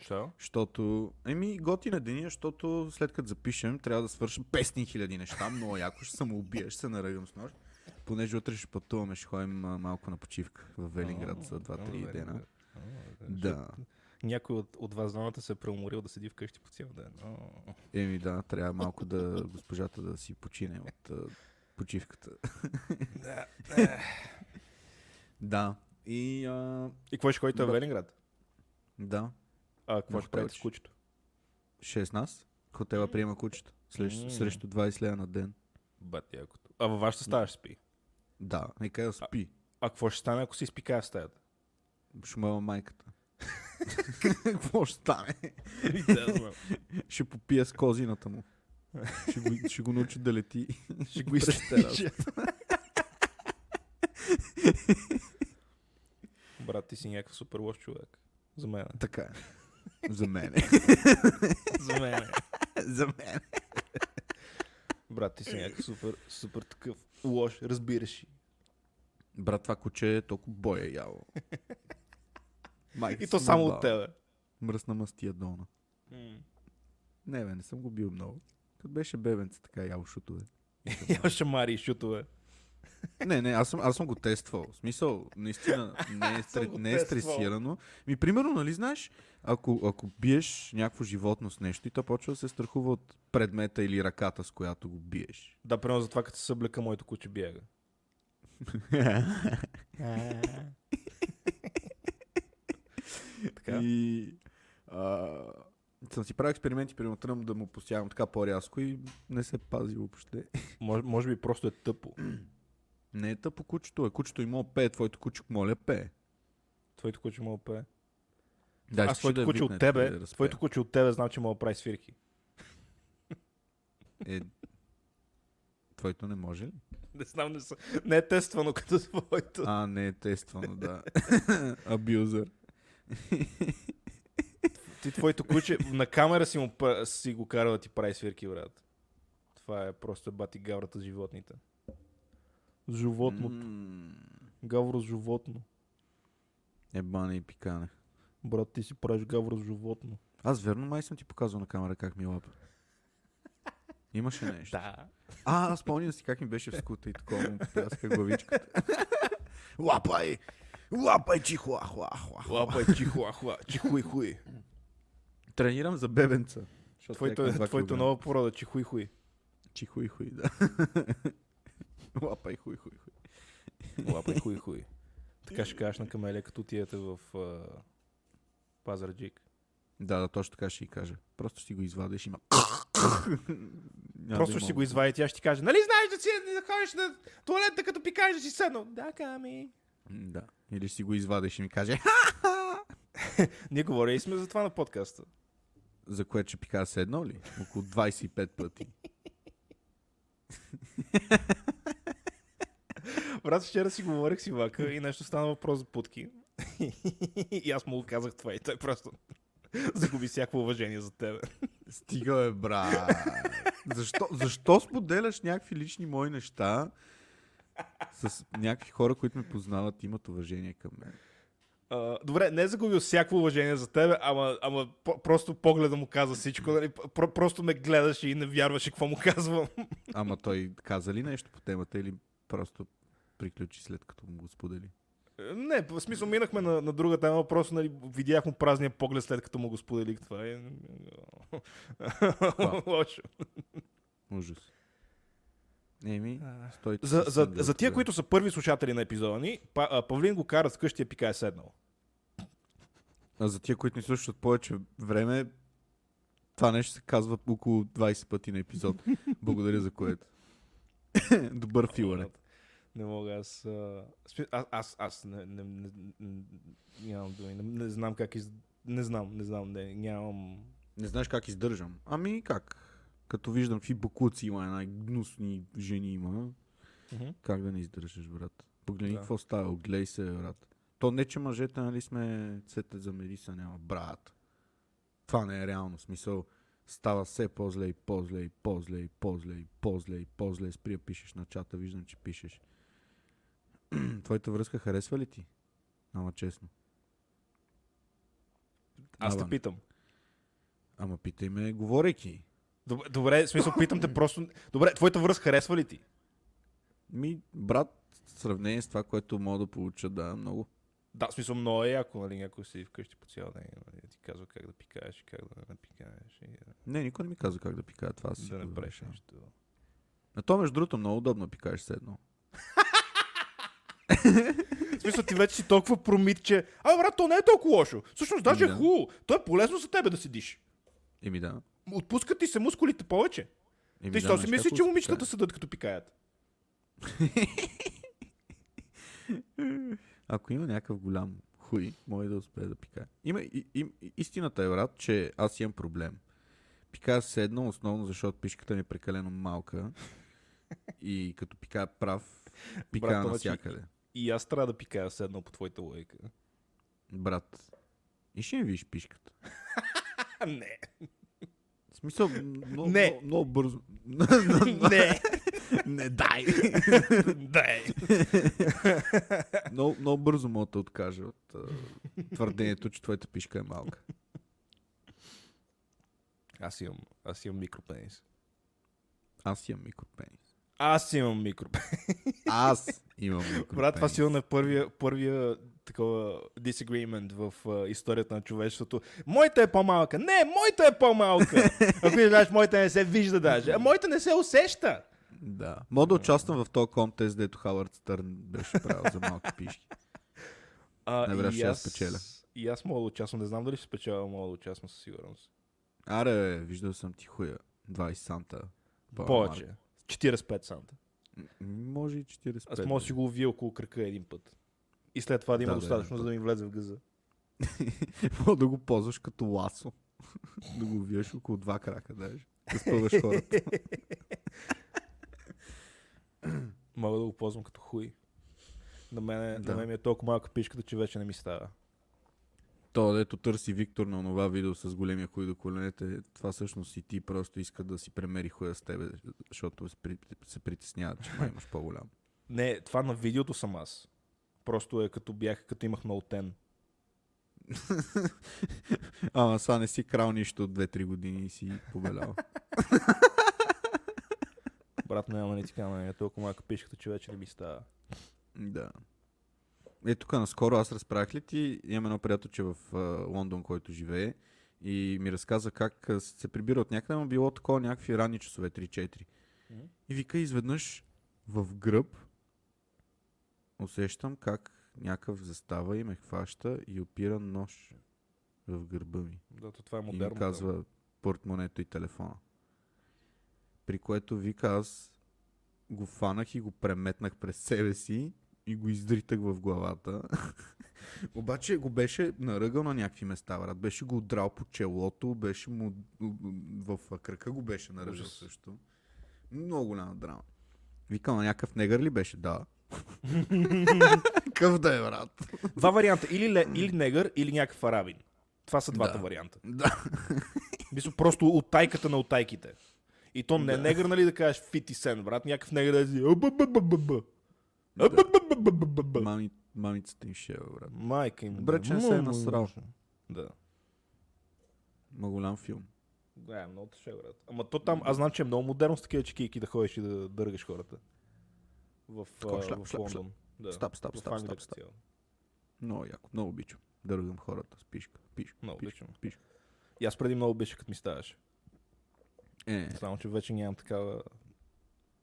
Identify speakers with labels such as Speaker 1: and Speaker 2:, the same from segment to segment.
Speaker 1: Що?
Speaker 2: Защото, еми, готи на деня, защото след като запишем, трябва да свършим 500 хиляди неща. Много яко ще самоубия, ще се наръгам с нож. Понеже утре ще пътуваме, ще ходим а, малко на почивка в Велинград за 2-3 дена. Да.
Speaker 1: Някой от, от вас двамата се е преуморил да седи вкъщи по цял ден. О,
Speaker 2: Еми да, трябва малко да госпожата да си почине от а, почивката. да. И а,
Speaker 1: И какво ще ходите в
Speaker 2: Да.
Speaker 1: Велинград?
Speaker 2: да,
Speaker 1: А, какво
Speaker 2: На
Speaker 1: ще правите
Speaker 2: хотелче.
Speaker 1: с кучето?
Speaker 2: 16. Хотела приема кучета. Срещу,
Speaker 1: М.
Speaker 2: срещу 20 лева на ден.
Speaker 1: Бат, якото. А във вашата стая ще спи.
Speaker 2: Да, нека да спи.
Speaker 1: А какво ще стане, ако си спикае в стаята?
Speaker 2: Шумела майката. Какво ще стане?
Speaker 1: Да, знам.
Speaker 2: Ще попия с козината му. Ще го, ще го научи да лети.
Speaker 1: Ще го изтича. Брат, ти си някакъв супер лош човек. За мен.
Speaker 2: Така е. За мен.
Speaker 1: За мен.
Speaker 2: За мен.
Speaker 1: Брат, ти си някакъв супер, супер такъв лош, разбираш. ли.
Speaker 2: Брат, това куче е толкова боя яло. Майка
Speaker 1: И
Speaker 2: си
Speaker 1: то
Speaker 2: му
Speaker 1: само
Speaker 2: баба.
Speaker 1: от тебе.
Speaker 2: Мръсна мастия долна. Не, бе, не съм го бил много. Като беше бебенце, така яло шутове.
Speaker 1: Я шамари и шутове.
Speaker 2: Не, не, аз съм, аз съм го тествал. В смисъл, наистина, не е,
Speaker 1: съм
Speaker 2: стре,
Speaker 1: го
Speaker 2: не е
Speaker 1: тествал.
Speaker 2: стресирано. Ми, примерно, нали знаеш, ако, ако биеш някакво животно с нещо и то почва да се страхува от предмета или ръката, с която го биеш.
Speaker 1: Да, примерно за това, като се съблека, моето куче бяга.
Speaker 2: Така. И а, съм си правил експерименти, примерно, тръгвам да му посявам така по-рязко и не се пази въобще.
Speaker 1: Мож, може би просто е тъпо.
Speaker 2: Не е тъпо кучето, е кучето и мога пее, твоето куче моля пее.
Speaker 1: Твоето куче мога да пее.
Speaker 2: Да,
Speaker 1: Аз
Speaker 2: искаш ли
Speaker 1: твоето
Speaker 2: я
Speaker 1: куче
Speaker 2: викна,
Speaker 1: от
Speaker 2: така да
Speaker 1: тебе,
Speaker 2: я разпее?
Speaker 1: твоето куче от тебе знам, че мога да прави свирки.
Speaker 2: Е, твоето не може ли?
Speaker 1: Не знам, не, са... не е тествано като твоето.
Speaker 2: А, не е тествано, да. Абюзър.
Speaker 1: Ти твоето куче на камера си, му, пра- си го кара да ти прави свирки, брат. Това е просто бати гаврата с животните. С Животното.
Speaker 2: М,
Speaker 1: Гавро с животно.
Speaker 2: Ебане и пикане.
Speaker 1: Брат, ти си правиш гавро с животно.
Speaker 2: Аз верно май съм ти показал на камера как ми е лапа. Имаше нещо.
Speaker 1: Да.
Speaker 2: А, аз спомням си как ми беше в скута и такова му попляска главичката. лапай! Лапай, чихуа, хуа, хуа, хуа.
Speaker 1: Лапа е чихуа, хуа, чихуй, хуй.
Speaker 2: Тренирам за бебенца. Защото
Speaker 1: Твоето,
Speaker 2: е към два
Speaker 1: твоето
Speaker 2: килограма.
Speaker 1: нова порода, чихуй, хуй.
Speaker 2: Чихуй, хуй, да. лапай, хуй, хуй, хуй. е
Speaker 1: Лапай, хуй, хуй. Така ще кажеш на камелия, като отидете в uh, Пазарджик.
Speaker 2: Да, да, точно така ще й кажа. Просто ще си го извадиш, има... Няма да
Speaker 1: Просто
Speaker 2: има
Speaker 1: ще си го извади, тя ще ти каже, нали знаеш да си да ходиш на туалетта, като пикаеш да си седнал? Да, ками.
Speaker 2: М, Да. Или ще си го извадиш и ми каже, «Ха!»
Speaker 1: Ние говорили сме за това на подкаста.
Speaker 2: за което ще пика седнал ли? Около 25 пъти.
Speaker 1: Брат, вчера си говорих с Ивака и нещо стана въпрос за путки. и аз му го казах това и той просто загуби всяко уважение за тебе.
Speaker 2: Стига бе, бра. Защо, защо споделяш някакви лични мои неща с някакви хора, които ме познават и имат уважение към мен?
Speaker 1: А, добре, не е загубил всяко уважение за тебе, ама, ама по- просто погледа му каза всичко. Нали? Про- просто ме гледаше и не вярваше какво му казвам.
Speaker 2: Ама той каза ли нещо по темата или просто приключи след като му го сподели?
Speaker 1: не, в смисъл минахме на, на друга тема, просто нали, видях му празния поглед след като му го споделих това. Е... Лошо.
Speaker 2: Ужас. Еми, стойте.
Speaker 1: За,
Speaker 2: си
Speaker 1: за,
Speaker 2: сингъл
Speaker 1: за тия,
Speaker 2: тогава.
Speaker 1: които са първи слушатели на епизода ни, па, а, Павлин го кара с къщи и е пикае седнал.
Speaker 2: А за тия, които ни слушат повече време, това нещо се казва около 20 пъти на епизод. Благодаря за което. Добър филър е.
Speaker 1: Не мога, аз... а, спи- Аз, аз, аз не, не, не, не, нямам думи. Не, не знам как из... Не знам, не знам, не, нямам...
Speaker 2: Не знаеш как издържам. Ами как? Като виждам какви бакуци има, най-гнусни жени има,
Speaker 1: Мгм.
Speaker 2: как да не издържаш, брат? Погледни
Speaker 1: Да.
Speaker 2: какво става, оглей се, брат. То не, че мъжете, нали сме цвете за мериса, няма, брат. Това не е реално, смисъл. Става все по-зле и по-зле и по-зле и по-зле и по-зле и по-зле. Спри да пишеш на чата, виждам, че пишеш. Твоята връзка харесва ли ти? Ама честно.
Speaker 1: Аз те
Speaker 2: Давай.
Speaker 1: питам.
Speaker 2: Ама питай ме, говорейки.
Speaker 1: Добре, добре, в смисъл питам те просто... Добре, твоята връзка харесва ли ти?
Speaker 2: Ми, брат, в сравнение с това, което мога да получа, да, много.
Speaker 1: Да, в смисъл много е яко, нали, някой седи вкъщи по цял ден, нали, ти казва как да пикаеш, и как да не пикаеш, и
Speaker 2: Не, никой не ми каза как да пикая това. аз си
Speaker 1: да
Speaker 2: го
Speaker 1: не правиш
Speaker 2: решавам.
Speaker 1: нещо.
Speaker 2: На то, между другото, много удобно пикаеш с едно.
Speaker 1: В смисъл ти вече си толкова промит, че а брат, то не е толкова лошо. Всъщност даже е
Speaker 2: Да.
Speaker 1: хубаво. То е полезно за тебе да седиш.
Speaker 2: Еми да.
Speaker 1: Отпускат ти се мускулите повече.
Speaker 2: Еми,
Speaker 1: Ти
Speaker 2: Ами да,
Speaker 1: що си
Speaker 2: знаеш
Speaker 1: мислиш,
Speaker 2: какво
Speaker 1: че
Speaker 2: се
Speaker 1: момичетата седат като пикаят?
Speaker 2: пикае? Ако има някакъв голям хуй, може да успее да пикае. Има, и, и, и- истината е, брат, че аз имам проблем. Пикая с едно, основно защото пишката ми е прекалено малка. И като пикая прав, пикая
Speaker 1: значи-
Speaker 2: навсякъде.
Speaker 1: И аз трябва да пикая с едно по твоята логика.
Speaker 2: Брат, и ще ми видиш пишката.
Speaker 1: А, не.
Speaker 2: В смисъл, много,
Speaker 1: Не.
Speaker 2: много, много бързо.
Speaker 1: не.
Speaker 2: не дай!
Speaker 1: да.
Speaker 2: много, много бързо мога да те откажа от а, твърдението, че твоята пишка е малка.
Speaker 1: Аз имам, аз имам микропенис.
Speaker 2: Аз имам микропенис.
Speaker 1: Аз имам микропенис.
Speaker 2: Аз имам микропенис.
Speaker 1: Брат, това сигурно е първия, първия такова disagreement в а, историята на човечеството. Моята е по-малка. Не, моята е по-малка. Ако ти знаеш, моята не се вижда даже. А моята не се усеща.
Speaker 2: Да. Мога да участвам в този контест, дето Хауърд Стърн беше правил за малки пишки.
Speaker 1: А,
Speaker 2: Най-вероятно
Speaker 1: и
Speaker 2: ще я спечеля.
Speaker 1: И аз мога да участвам. Не знам дали ще спечеля, мога да участвам със сигурност.
Speaker 2: Аре, бе, виждал съм ти хуя. 20 санта. По-
Speaker 1: Повече. 45 санта.
Speaker 2: М- Може и 45.
Speaker 1: Аз мога да си го увия около кръка един път. И след това да има
Speaker 2: Да, да,
Speaker 1: достатъчно,
Speaker 2: един
Speaker 1: за да ми влезе в гъза.
Speaker 2: Мога да го ползваш като ласо. да го виеш около два крака, даже. Да спъваш хората.
Speaker 1: Мога да го ползвам като хуй. На мен, да.
Speaker 2: Да.
Speaker 1: на мен ми е толкова малка пишката, че вече не ми става.
Speaker 2: То, дето търси Виктор на това видео с големия хуй до коленете, това всъщност и ти просто иска да си премери хуя с тебе, защото се при- се притеснява, че май имаш по-голям.
Speaker 1: Не, това на видеото съм аз. Просто е като бях, като имах много тен.
Speaker 2: Ама сега не си крал нищо от 2-3 години и си побелял.
Speaker 1: Брат, няма ни така, не е толкова малка пишката, че вече не ми става.
Speaker 2: да. Е, тук наскоро аз разправях ли ти, имам едно приятелче в а, Лондон, който живее и ми разказа как а, се прибира от някъде, но било такова някакви ранни часове, 3-4.
Speaker 1: Мгм.
Speaker 2: И вика изведнъж в гръб усещам как някакъв застава и ме хваща и опира нож в гърба ми.
Speaker 1: Да, то това е
Speaker 2: и
Speaker 1: модерно.
Speaker 2: ми казва портмонето и телефона. При което вика аз го фанах и го преметнах през себе си и го издритах в главата. Обаче го беше наръгал на някакви места, брат. Беше го удрал по челото, беше му в крака го беше наръжал
Speaker 1: Ужас.
Speaker 2: също. Много голяма драма. Викам, на някакъв негър ли беше? Да. Къв да е, брат.
Speaker 1: да. Два варианта. Или, ле, или негър, или някакъв арабин. Това са двата
Speaker 2: Да.
Speaker 1: варианта.
Speaker 2: Да.
Speaker 1: Мисля, просто утайката на утайките. И то не е
Speaker 2: Да.
Speaker 1: негър, нали да кажеш 50 сен, брат, някакъв негър да си... «Абъбъбъбъбъ». «Абъбъбъбъбъбъбъ».
Speaker 2: Мами, мамицата им ще е, брат.
Speaker 1: Майка им.
Speaker 2: Добре,
Speaker 1: да.
Speaker 2: че не се е
Speaker 1: Му,
Speaker 2: насрал.
Speaker 1: Да.
Speaker 2: Ма голям филм.
Speaker 1: Да, е много тъше, брат. Ама то там, аз знам, че е много модерно с такива чекийки да ходиш и да дъргаш хората. В,
Speaker 2: Такова,
Speaker 1: а,
Speaker 2: шляп,
Speaker 1: в
Speaker 2: шляп,
Speaker 1: Лондон. Да.
Speaker 2: Стап, стап,
Speaker 1: В
Speaker 2: стап,
Speaker 1: Англия
Speaker 2: стап,
Speaker 1: като
Speaker 2: стап.
Speaker 1: цяло.
Speaker 2: Много яко. Много обичам. Дъргам хората с пишка. Пишка.
Speaker 1: Много
Speaker 2: пишка,
Speaker 1: обичам.
Speaker 2: пишка.
Speaker 1: И аз преди много беше, като ми ставаше.
Speaker 2: Е,
Speaker 1: Само, че вече нямам такава...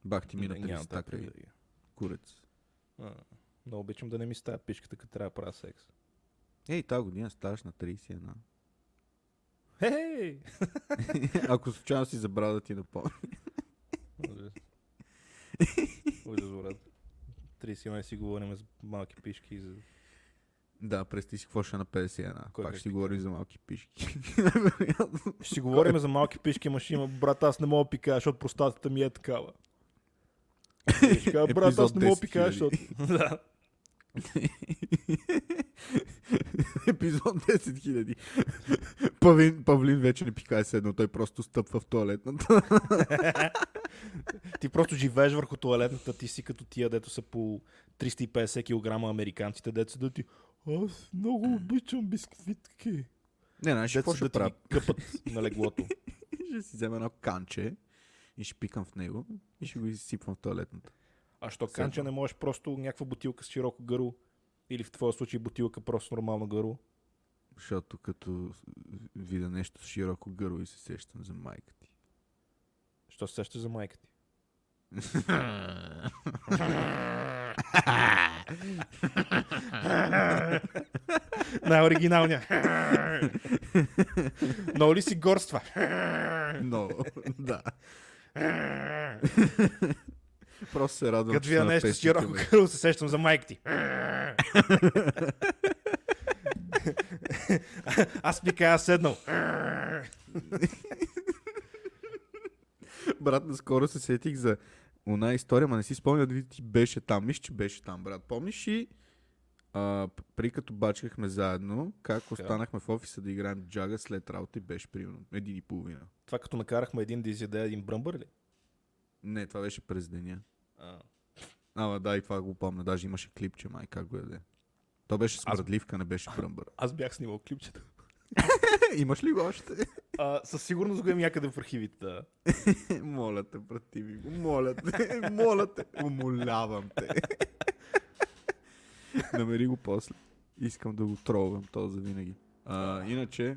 Speaker 2: бах ти мина
Speaker 1: не- нямам тази
Speaker 2: 30 така и
Speaker 1: привилегия.
Speaker 2: курец.
Speaker 1: А, Много обичам да не ми става пишката, като трябва да правя секс.
Speaker 2: Ей, тази година ставаш на 31.
Speaker 1: Хей!
Speaker 2: Ако случайно си забравя да ти напомня.
Speaker 1: Ужас. Ужас, брат. 31 си говорим за малки пишки и за...
Speaker 2: Да, прести си какво ще е на 51.
Speaker 1: Кой
Speaker 2: Пак
Speaker 1: как
Speaker 2: ще си
Speaker 1: ти
Speaker 2: говорим за малки пишки.
Speaker 1: Ще си говорим за малки пишки, ама ще има, брат, аз не мога да пикая, защото простатата ми е такава. И Ще кажа, брат, аз
Speaker 2: Епизод
Speaker 1: не мога да
Speaker 2: 10
Speaker 1: пикая, защото...
Speaker 2: хиляди.
Speaker 1: Да.
Speaker 2: Епизод 10 хиляди. Павлин, Павлин вече не пикае с едно, той просто стъпва в туалетната.
Speaker 1: Ти просто живееш върху туалетната, ти си като тия, дето са по 350 кг американците, дето са да ти... Аз много обичам бисквитки.
Speaker 2: Не, знаеш ли
Speaker 1: Дето
Speaker 2: какво
Speaker 1: са
Speaker 2: ще
Speaker 1: да ти
Speaker 2: правя?
Speaker 1: ги къпат на леглото.
Speaker 2: ще си взема едно канче и ще пикам в него и ще го изсипвам в туалетната.
Speaker 1: А що канче не можеш просто някаква бутилка с широко гърло? Или в твоя случай бутилка просто с нормално гърло?
Speaker 2: Защото като видя нещо с широко гърло и се сещам за майка ти.
Speaker 1: Що се сещаш за майка ти? Най-оригиналния. Много ли си горства?
Speaker 2: Много, да. Просто се радвам,
Speaker 1: Като
Speaker 2: че
Speaker 1: видя
Speaker 2: са на
Speaker 1: нещо с
Speaker 2: песните
Speaker 1: широко
Speaker 2: ми.
Speaker 1: гърло, се сещам за майка ти. Аз пика, аз седнал.
Speaker 2: Брат, наскоро се сетих за една история, ма не си спомня дали ти беше там. Мисля, че беше там, брат. Помниш и а, п- при като бачкахме заедно, как останахме в офиса да играем джага след работа и беше примерно един и половина.
Speaker 1: Това като накарахме един да изяде един бръмбър ли?
Speaker 2: Не, това беше през деня.
Speaker 1: А,
Speaker 2: Ама да, и това го помня. Даже имаше клипче, май, как го яде. То беше смърдливка, не беше бръмбър.
Speaker 1: Аз бях снимал клипчето.
Speaker 2: Имаш ли го още?
Speaker 1: А, със сигурност го имам някъде в архивите.
Speaker 2: Нали
Speaker 1: да.
Speaker 2: моля те, брати ми го. Моля те, моля те. Умолявам те. Намери го после. Искам да го тролвам този винаги. А, иначе,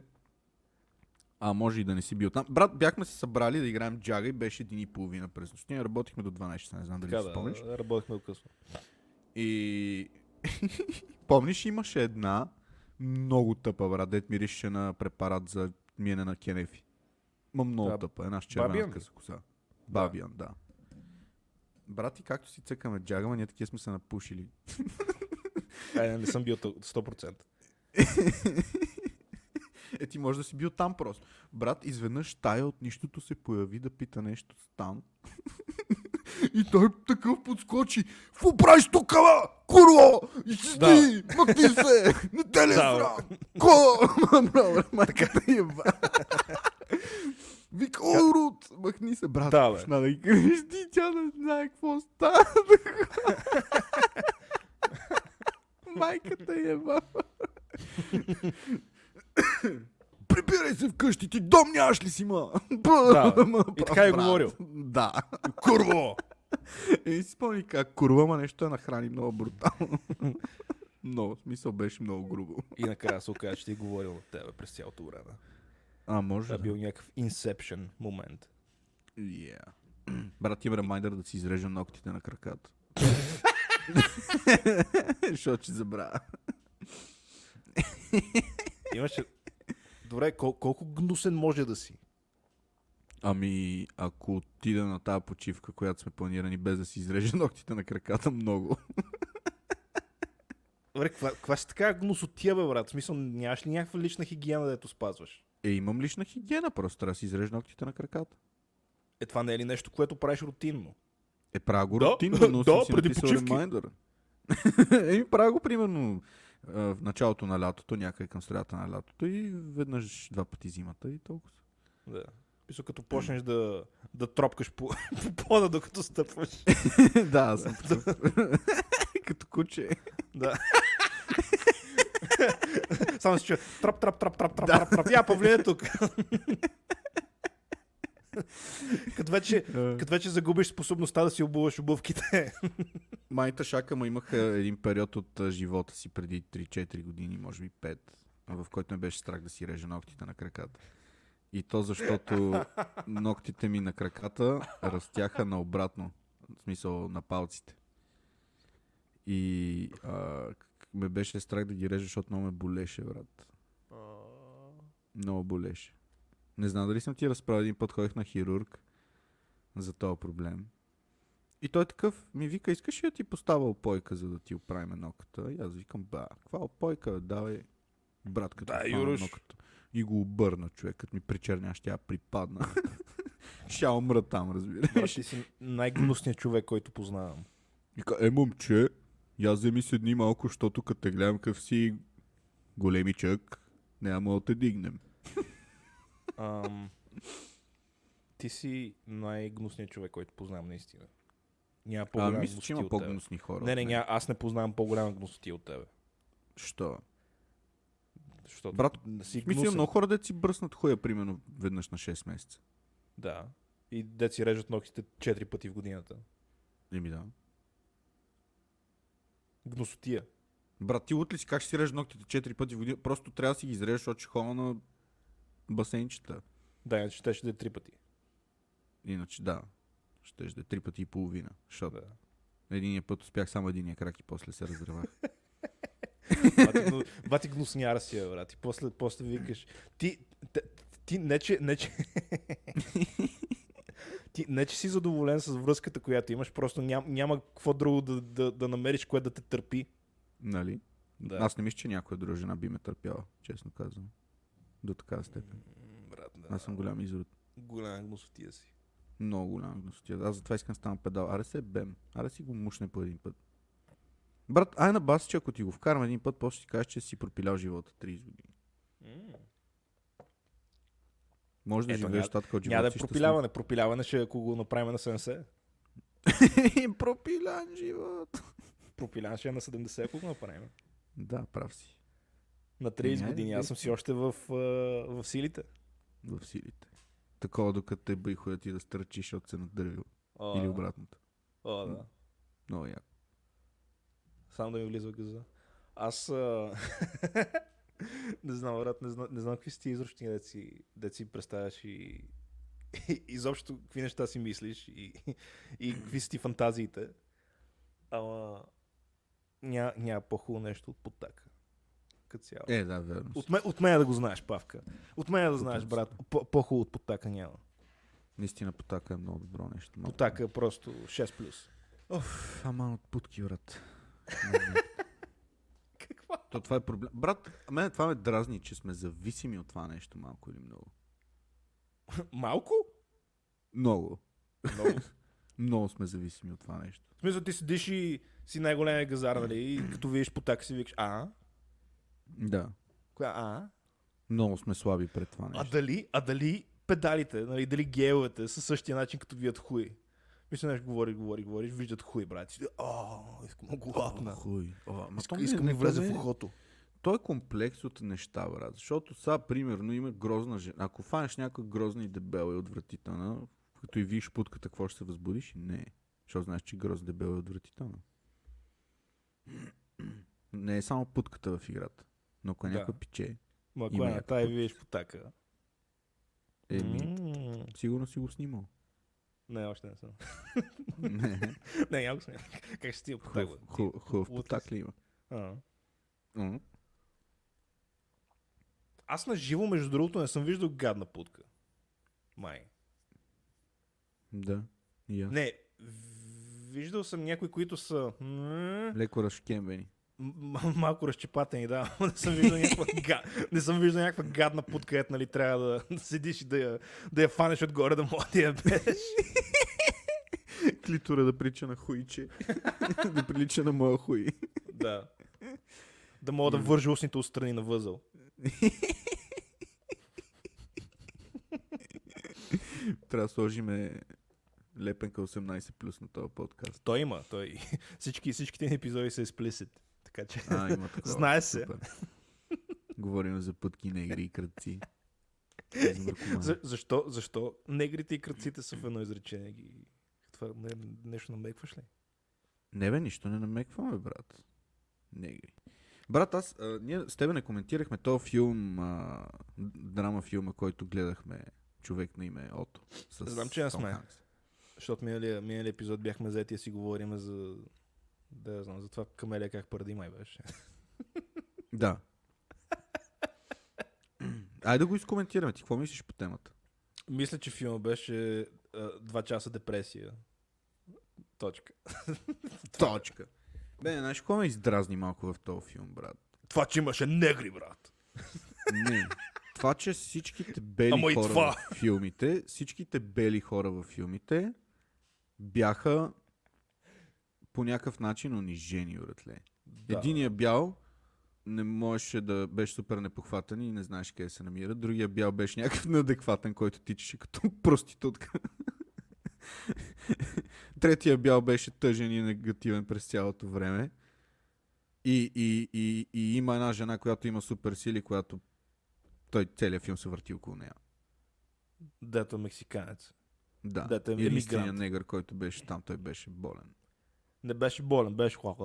Speaker 2: а може и да не си бил там. Брат, бяхме се събрали да играем джага и беше един и половина през нощта. Ние работихме до 12 часа, не знам дали
Speaker 1: Така
Speaker 2: си спомниш.
Speaker 1: да, работихме късно.
Speaker 2: И помниш, имаше една много тъпа, брат, дет мирише на препарат за миене на кенефи. Ма много
Speaker 1: Да.
Speaker 2: тъпа, една с
Speaker 1: Бабиан
Speaker 2: червена
Speaker 1: ли?
Speaker 2: къса коса. Бабиан, да. Брат, и както си цъкаме джагама, ние такива сме се напушили.
Speaker 1: Е, не съм бил тъл- 100%.
Speaker 2: Е, ти може да си бил там просто. Брат, изведнъж тая от нищото се появи да пита нещо там. и той такъв подскочи. Фу, правиш тук, ама? Курво! Изчезни!
Speaker 1: Да.
Speaker 2: Мъкни се! Не те ли е
Speaker 1: Да,
Speaker 2: срам? Ко? Браво, майка да я ба. Вика, о, Рут, махни се, брат.
Speaker 1: Да, бе.
Speaker 2: почна да ги крещи, тя не знае какво става. Майката е, я ба. Прибирай се вкъщи, ти дом нямаш ли си, ма?
Speaker 1: Да, бе. И така е
Speaker 2: Брат,
Speaker 1: говорил.
Speaker 2: Да.
Speaker 1: Курво!
Speaker 2: И си спомни как курва, ма нещо я нахрани много брутално. много, в смисъл беше много грубо.
Speaker 1: И накрая се оказа, че ти е говорил на тебе през цялото време.
Speaker 2: А, може
Speaker 1: Това е бил някакъв инсепшен момент.
Speaker 2: Yeah. Брат, имам ремайдър да си изрежа ногтите на краката. Защото ще забравя.
Speaker 1: Имаше... Добре, кол- колко гнусен може да си?
Speaker 2: Ами, ако отида на тази почивка, която сме планирани, без да си изрежа ногтите на краката, много.
Speaker 1: Добре, каква, каква си така гнусотия, бе, брат? В смисъл, нямаш ли някаква лична хигиена, дето спазваш?
Speaker 2: Е, имам лична хигиена, просто трябва да си изрежа ногтите на краката.
Speaker 1: Е, това не е ли нещо, което правиш рутинно?
Speaker 2: Е, правя го
Speaker 1: Да,
Speaker 2: рутинно, но съм
Speaker 1: да,
Speaker 2: си
Speaker 1: преди
Speaker 2: написал
Speaker 1: почивки.
Speaker 2: ремайдър. Еми, правя го примерно а, в началото на лятото, някъде към средата на лятото и веднъж два пъти зимата и толкова.
Speaker 1: Да. Писал, като почнеш да, да тропкаш по, по пода, докато стъпваш.
Speaker 2: да, аз съм такъв. Като куче.
Speaker 1: Да. Само се чуя трап, трап, трап, трап, трап, трап, трап. Я, павлин е тук. като, вече, като вече загубиш способността да си обуваш обувките.
Speaker 2: Майта Шака му имах а, един период от а, живота си преди 3-4 години, може би 5, в който ме беше страх да си режа ногтите на краката. И то защото ногтите ми на краката растяха наобратно, в смисъл на палците. И а, к- ме беше страх да ги режа, защото много ме болеше, брат. Много болеше. Не знам дали съм ти разправил, един път ходих на хирург за този проблем. И той е такъв ми вика, искаш ли да ти поставя опойка, за да ти оправим ноката? И аз викам, ба, каква опойка, бе? давай, брат, като
Speaker 1: Да,
Speaker 2: да,
Speaker 1: Юруш.
Speaker 2: ноката. И го обърна човекът ми причерня, ще я припадна. ще я умра там,
Speaker 1: Брат,
Speaker 2: разбираш.
Speaker 1: ти си най-гнусният човек, който познавам.
Speaker 2: Вика, е, момче, я вземи седни малко, защото като те гледам къв си големичък, няма да те дигнем.
Speaker 1: Ам, ти си най-гнусният човек, който познавам наистина. Няма
Speaker 2: А,
Speaker 1: по-голяма
Speaker 2: Ами, мисля, че
Speaker 1: гнусотия
Speaker 2: има
Speaker 1: от тебе.
Speaker 2: по-гнусни хора.
Speaker 1: Не, не,
Speaker 2: от мен.
Speaker 1: ня, аз не познавам по-голяма гнусотия от тебе.
Speaker 2: Що?
Speaker 1: Защото
Speaker 2: Брат,
Speaker 1: си
Speaker 2: Мисля,
Speaker 1: гнусен.
Speaker 2: много хора да си бръснат хуя, примерно, веднъж на 6 месеца.
Speaker 1: Да. И да си режат ногтите 4 пъти в годината.
Speaker 2: Еми да.
Speaker 1: Гносотия.
Speaker 2: Брат, ти лут ли си как ще си режеш ногтите 4 пъти в година? Просто трябва да си ги изрежеш, защото ще ходя на басейнчета.
Speaker 1: Да, иначе те ще да е 3 пъти.
Speaker 2: Иначе да. Ще да е 3 пъти и половина. Защото
Speaker 1: Да.
Speaker 2: единия път успях само единия крак и после се разревах.
Speaker 1: Бати, гну- бати гнусняра си, е, брат. И после, после викаш. Ти, те- ти не, че, не, че... ти не, че си задоволен с връзката, която имаш, просто ням, няма какво друго да, да, да намериш, което да те търпи.
Speaker 2: нали?
Speaker 1: Да.
Speaker 2: Аз не мисля, че някоя друга жена би ме търпяла, честно казвам. До такава степен.
Speaker 1: Брат, да.
Speaker 2: Аз съм голям изрод.
Speaker 1: голяма гнусотия си.
Speaker 2: Много голяма гнусотия. Аз затова искам да стана педал. Аре се бем. Аре си го мушне по един път. Брат, ай на бас, че ако ти го вкарам един път, после ще ти кажеш, че си пропилял живота 30 години. Може да
Speaker 1: Ето,
Speaker 2: живееш
Speaker 1: ня-
Speaker 2: татка от живота
Speaker 1: Няма да е
Speaker 2: си щастлив.
Speaker 1: пропиляване. Пропиляване ще, е, ако го направим на 70.
Speaker 2: Пропилян живот.
Speaker 1: Пропиляване ще е на 70, ако го направим.
Speaker 2: Да, прав си.
Speaker 1: На 30
Speaker 2: Няма
Speaker 1: години.
Speaker 2: да
Speaker 1: Аз съм си още в, а, в силите.
Speaker 2: В силите. Такова докато те бъй хуя ти да стърчиш, защото се надървил.
Speaker 1: О,
Speaker 2: Или
Speaker 1: да.
Speaker 2: обратното.
Speaker 1: О, да.
Speaker 2: Много яко.
Speaker 1: Само да ми влиза в газа. Аз... А... не знам, брат, не знам, не знам какви си ти изручни, да си, да си представяш и... и изобщо какви неща си мислиш и, и какви си ти фантазиите. Ама... Няма ня по-хубаво нещо от потака. Като цяло.
Speaker 2: Е, да, верно.
Speaker 1: От, ме, от мен да го знаеш, Павка. От мен да знаеш,
Speaker 2: Потенцията.
Speaker 1: брат. По- По-хубаво от потака няма.
Speaker 2: Наистина потака е много добро нещо. малко.
Speaker 1: Потака е просто 6+. плюс.
Speaker 2: Оф, аман от путки, брат. Много.
Speaker 1: Каква?
Speaker 2: То това е проблем. Брат, мен това ме дразни, че сме зависими от това нещо малко или много.
Speaker 1: Малко?
Speaker 2: Много.
Speaker 1: Много.
Speaker 2: Много сме зависими от това нещо.
Speaker 1: В смисъл ти седиш и си най-големия газар, нали? И като видиш потака си викаш, а?
Speaker 2: Да.
Speaker 1: Коя а?
Speaker 2: Много сме слаби пред това
Speaker 1: А
Speaker 2: нещо.
Speaker 1: дали, а дали педалите, нали, дали геовете са същия начин, като вият хуй? Мисля, нещо говори, говори, говориш, виждат хуй, брат. И си, О, искам много лапна.
Speaker 2: Хуй. О, ма то
Speaker 1: Искам,
Speaker 2: ми е
Speaker 1: искам да
Speaker 2: не
Speaker 1: влезе
Speaker 2: влезе-
Speaker 1: в ухото.
Speaker 2: Той е комплекс от неща, брат. Защото сега, примерно, има грозна жена. Ако фанеш някоя грозна и дебела и отвратителна, като и видиш путката, какво ще се възбудиш? Не. Защото знаеш, че грозна дебела и отвратителна. Не е само путката в играта. Но ако е
Speaker 1: Да.
Speaker 2: някой пиче,
Speaker 1: Ма
Speaker 2: Има
Speaker 1: коя на
Speaker 2: някакъв
Speaker 1: тая
Speaker 2: път.
Speaker 1: видиш потака?
Speaker 2: еми,
Speaker 1: М.
Speaker 2: сигурно си го снимал.
Speaker 1: Не, още не съм.
Speaker 2: Не,
Speaker 1: Не, няма го сме. Как ще стига потак, бе?
Speaker 2: хубав- хубав хубав
Speaker 1: лут ли
Speaker 2: потак ли има?
Speaker 1: А.
Speaker 2: М.
Speaker 1: Аз на живо, между другото, не съм виждал гадна путка. Май.
Speaker 2: Да. И аз.
Speaker 1: Не, в- виждал съм някои, които са м,
Speaker 2: Леко разшкембени.
Speaker 1: м- малко разчепатени, да, но не съм виждал някаква, га... не съм виждал някаква гадна путка, ето, нали, трябва да, да седиш и да я, да я фанеш отгоре, да мога да я беш.
Speaker 2: Клитора да прилича на хуйче. да прилича на моя хуй.
Speaker 1: да. Да мога да вържа устните отстрани на възъл.
Speaker 2: Трябва да сложиме лепенка 18 плюс на този подкаст.
Speaker 1: Той има, той. Всички, всичките ни епизоди са експлисит. Така че,
Speaker 2: А, има такова.
Speaker 1: знае се.
Speaker 2: Супер. Говорим за пътки, негри и кръци.
Speaker 1: За, защо, защо негрите и кръците са в едно изречение? Ги... Това не, нещо намекваш ли?
Speaker 2: Не бе, нищо не намекваме, брат. Негри. Брат, аз, а, ние с тебе не коментирахме този филм, а, драма филма, който гледахме, човек на име Ото. С
Speaker 1: Знам, че не
Speaker 2: Том
Speaker 1: сме.
Speaker 2: Ханкс.
Speaker 1: Защото миналия, миналия епизод бяхме заети и си говорим за... Да, я знам, за това камелия как поради май беше.
Speaker 2: Да. Айде да го изкоментираме. Ти какво мислиш по темата?
Speaker 1: Мисля, че филма беше а, два часа депресия. Точка.
Speaker 2: Точка. Бе, знаеш, какво ме издразни малко в този филм, брат?
Speaker 1: Това, че имаше негри, брат.
Speaker 2: Не. Това, че всичките бели
Speaker 1: Ама и
Speaker 2: хора
Speaker 1: това.
Speaker 2: в филмите, всичките бели хора в филмите бяха по някакъв начин унижени, братле.
Speaker 1: Да.
Speaker 2: Да. Единия бял не можеше да беше супер непохватен и не знаеше къде се намира. Другия бял беше някакъв неадекватен, който тичаше като проститутка. Третия бял беше тъжен и негативен през цялото време. И, и, и, и има една жена, която има супер сили, която той целият филм се върти около нея.
Speaker 1: Дето е мексиканец.
Speaker 2: Да.
Speaker 1: Да, той е
Speaker 2: и единствения
Speaker 1: емигрант.
Speaker 2: негър, който беше там, той беше болен.
Speaker 1: Не беше болен, беше хуа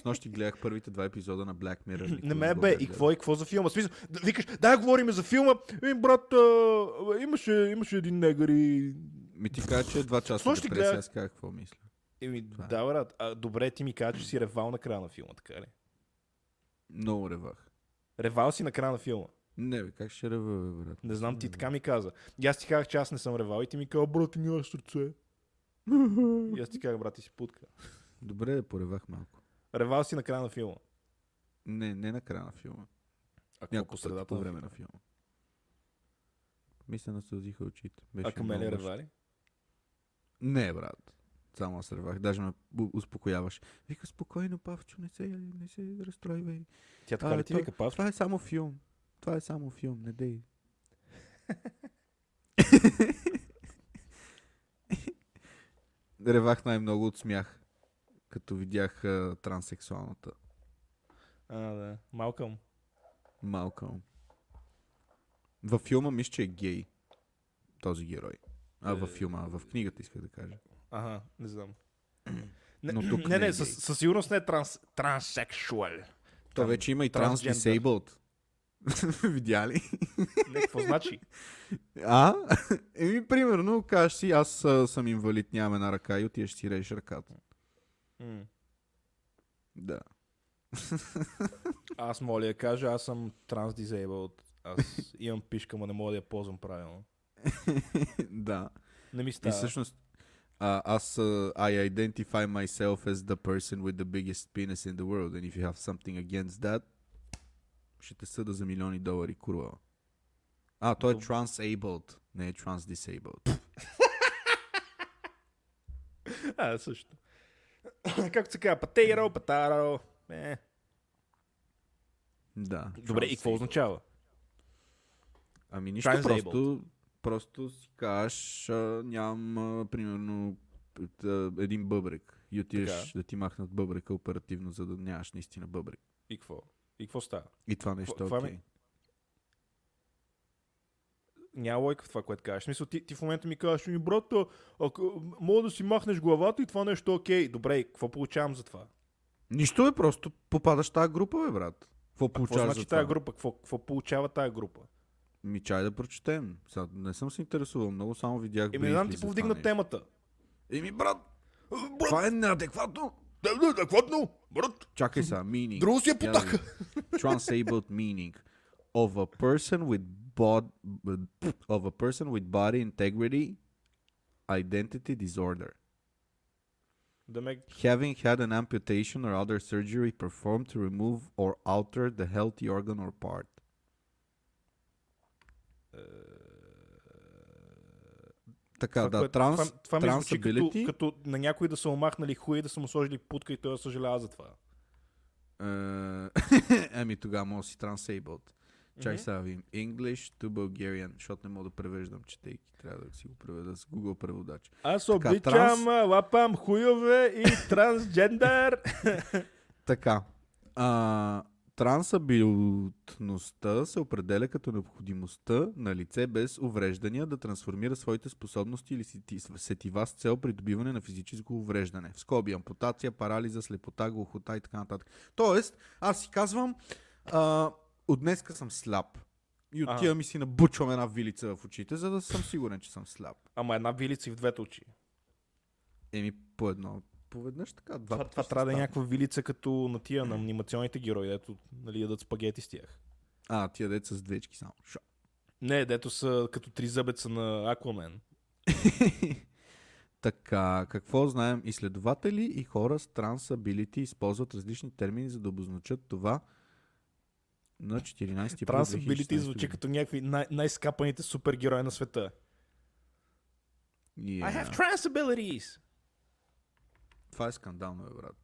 Speaker 2: С нощи гледах първите два епизода на Black Mirror. никога
Speaker 1: Не ме е
Speaker 2: го
Speaker 1: бе,
Speaker 2: бях
Speaker 1: и
Speaker 2: гледал.
Speaker 1: какво, и какво за филма? В Смисъл, да викаш, да, говорим за филма, и брат, а, имаше, имаше един негър и...
Speaker 2: Ми ти кажа, че е два часа
Speaker 1: Снощи
Speaker 2: депресия,
Speaker 1: гледах-
Speaker 2: аз казах какво мисля.
Speaker 1: Еми,
Speaker 2: Това е.
Speaker 1: да, брат, а, добре, ти ми кажа, че си ревал на края на филма, така ли?
Speaker 2: Много ревах.
Speaker 1: Ревал си на края на филма.
Speaker 2: Не бе, как ще рева, бе, брат?
Speaker 1: Не знам, ти така ми каза. И аз ти казах, че аз не съм ревал и ти ми каза, брат, ти нямаш сърце. И аз ти казах, брат, ти си путка.
Speaker 2: Добре, поревах малко.
Speaker 1: Ревал си на края на филма.
Speaker 2: Не, не на края на филма.
Speaker 1: А какво
Speaker 2: Няколко средата по време на филма. Мисля, насълзиха очите. Беше
Speaker 1: А към мен е
Speaker 2: много мъчно.
Speaker 1: ревали?
Speaker 2: Не, брат. Само аз ревах. Даже ме у- успокояваш. Вика, спокойно, Павчо, не се, не се разстройвай.
Speaker 1: Тя така
Speaker 2: А,
Speaker 1: ли ти
Speaker 2: то-
Speaker 1: вика, Павчо?
Speaker 2: Това е само филм. Това е само филм, не дей. Ревах най-много от смях, като видях а, транссексуалната
Speaker 1: А, да. Малкам.
Speaker 2: Малкълм. Във филма мисля, че е гей. Този герой. А, във филма, в книгата исках да кажа.
Speaker 1: Ага, не знам. Не,
Speaker 2: Но тук
Speaker 1: не,
Speaker 2: не
Speaker 1: не,
Speaker 2: е
Speaker 1: със,
Speaker 2: гей.
Speaker 1: със сигурност не е транс, транссексуал.
Speaker 2: То вече има и транс
Speaker 1: трансджендър.
Speaker 2: disabled. Видя ли?
Speaker 1: Не, какво значи?
Speaker 2: А? Еми, примерно, кажеш си, аз а, съм инвалид, нямам една ръка и отиваш си режеш ръката.
Speaker 1: М.
Speaker 2: Да.
Speaker 1: Аз мога ли да кажа, аз съм трансдизейбълд. Аз имам пишка, но не мога да я ползвам правилно.
Speaker 2: да.
Speaker 1: Не ми
Speaker 2: И
Speaker 1: става.
Speaker 2: всъщност, а, аз, а, I identify myself as the person with the biggest penis in the world and if you have something against that, ще те съда за милиони долари, курва. А, той е
Speaker 1: Доб-
Speaker 2: transabled, не е transdisabled.
Speaker 1: А, също. Както се казва, патейро, патаро. Е.
Speaker 2: да.
Speaker 1: Добре, и какво
Speaker 2: transabled.
Speaker 1: означава?
Speaker 2: Ами нищо,
Speaker 1: Transabled.
Speaker 2: просто, просто си кажеш, а, нямам, а, примерно, т- а, един бъбрек. И отиваш
Speaker 1: Така.
Speaker 2: да ти махнат бъбрека оперативно, за да нямаш наистина бъбрек.
Speaker 1: И какво? И какво става?
Speaker 2: И това нещо е
Speaker 1: това ми-
Speaker 2: окей.
Speaker 1: Няма лойка в това, което кажеш. В Смисъл, ти, ти в момента ми казваш, ми брат, а, ако, мога да си махнеш главата и това нещо е окей. Добре, и какво получавам за това?
Speaker 2: Нищо е, просто попадаш в тази група, бе, брат. Какво
Speaker 1: Какво
Speaker 2: получаваш
Speaker 1: значи
Speaker 2: за това?
Speaker 1: тази група? Какво, какво получава тази група?
Speaker 2: Ми чай да прочетем. Сега, не съм се интересувал много, само видях
Speaker 1: Еми, не знам,
Speaker 2: брифли
Speaker 1: ти
Speaker 2: за това
Speaker 1: повдигна
Speaker 2: нещо.
Speaker 1: темата.
Speaker 2: Еми, брат, това е неадекватно.
Speaker 1: Да, да, да, квотно, брат.
Speaker 2: Чакай сега, meaning.
Speaker 1: Друго си е
Speaker 2: Я да
Speaker 1: потака.
Speaker 2: видя. Transabled meaning of a person with bod of a person with body integrity identity disorder.
Speaker 1: Да ме...
Speaker 2: Having had an amputation or other surgery performed to remove or alter the healthy organ or part. Така, да,
Speaker 1: кое-
Speaker 2: транс,
Speaker 1: това, това ми звучи като,
Speaker 2: transability,
Speaker 1: като на някой да са омахнали хуя и да са му сложили путка и той да съжалява за това.
Speaker 2: Е, ами тогава може да си transabled. Чакай
Speaker 1: Мгм.
Speaker 2: сега да видим. English to Bulgarian, защото не мога да превеждам, четейки. Трябва да си го преведа с Google преводач.
Speaker 1: Аз
Speaker 2: Така,
Speaker 1: обичам,
Speaker 2: транс-
Speaker 1: а, лапам хуйове и трансджендър.
Speaker 2: Така. А, трансабилността се определя като необходимостта на лице без увреждания да трансформира своите способности или сети- сетива с цел придобиване на физическо увреждане. В скоби ампутация, парализа, слепота, глухота и така нататък. Тоест, аз си казвам, а, от днеска съм слаб. И
Speaker 1: Ага.
Speaker 2: отивам и си набучвам една вилица в очите, за да съм сигурен, че съм слаб.
Speaker 1: Ама една вилица и в двете очи.
Speaker 2: Еми, по едно, поведнъж така. Два
Speaker 1: Това,
Speaker 2: пъти
Speaker 1: това
Speaker 2: ще
Speaker 1: трябва да е
Speaker 2: стане.
Speaker 1: някаква вилица като на тия на анимационните герои, дето нали, ядат спагети с тях.
Speaker 2: А, тия деца с двечки само. Шо.
Speaker 1: Не, дето са като три зъбеца на Аквамен.
Speaker 2: Така, какво знаем? Изследователи и хора с трансабилити използват различни термини, за да обозначат това на 14 април
Speaker 1: Трансабилити
Speaker 2: 2016
Speaker 1: звучи
Speaker 2: година.
Speaker 1: като някакви най- най-скапаните супергерои на света.
Speaker 2: Yeah.
Speaker 1: I have trans abilities.
Speaker 2: Това е скандално, бе, брат.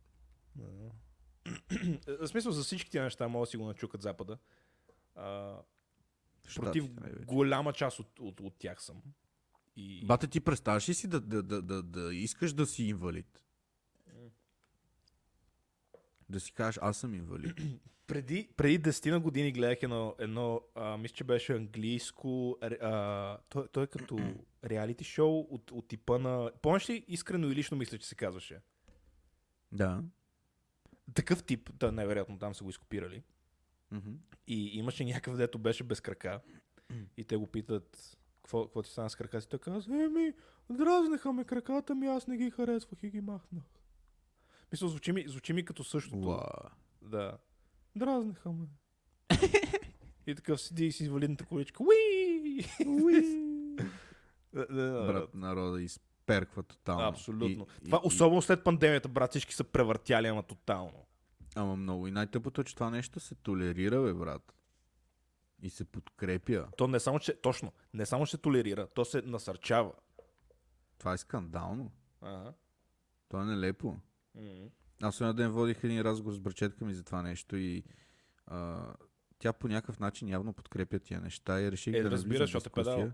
Speaker 1: В смисъл за всички тия неща могат да си го начукат Запада. А, Против
Speaker 2: Щатите най-вече.
Speaker 1: голяма част от, от, от тях съм. И...
Speaker 2: Бате, ти представяш ли си да, да, да, да, да искаш да си инвалид? Да си кажеш, аз съм инвалид.
Speaker 1: преди, преди десетина години гледах едно, едно а, мисля, че беше английско, ре- а, той, той е като реалити шоу от, от типа на... Помниш ли, искрено и лично мисля, че се казваше?
Speaker 2: да.
Speaker 1: Такъв тип, да, най-вероятно там са го изкопирали.
Speaker 2: Мгм.
Speaker 1: И имаше някакъв, дето беше без крака. И те го питат, какво, какво ти стана с краката? И той казва, еми, дразнеха "Е, ме краката ми, аз не ги харесвах и ги махнах. Мисля, звучи ми, звучи ми като същото.
Speaker 2: Уа.
Speaker 1: Да. Дразнеха ме. и такъв седи и си инвалидната количка. Уи! Уи! Да, да, да, брат.
Speaker 2: Брат, народа изперква тотално.
Speaker 1: Абсолютно.
Speaker 2: И- и-
Speaker 1: Това,
Speaker 2: и-
Speaker 1: особено след пандемията, брат, всички са превъртяли, ама тотално.
Speaker 2: Ама много. И най-тъпото е, че това нещо се толерира, бе, брат. И се подкрепя.
Speaker 1: То не само, че, точно, не само се толерира, то се насърчава.
Speaker 2: Това е скандално.
Speaker 1: Ага.
Speaker 2: Това е нелепо.
Speaker 1: М.
Speaker 2: Аз един ден водих един разговор с братчетка ми за това нещо и а, тя по някакъв начин явно подкрепя тия неща и реших
Speaker 1: Е,
Speaker 2: да
Speaker 1: разбира,
Speaker 2: разбира,
Speaker 1: защото е педал.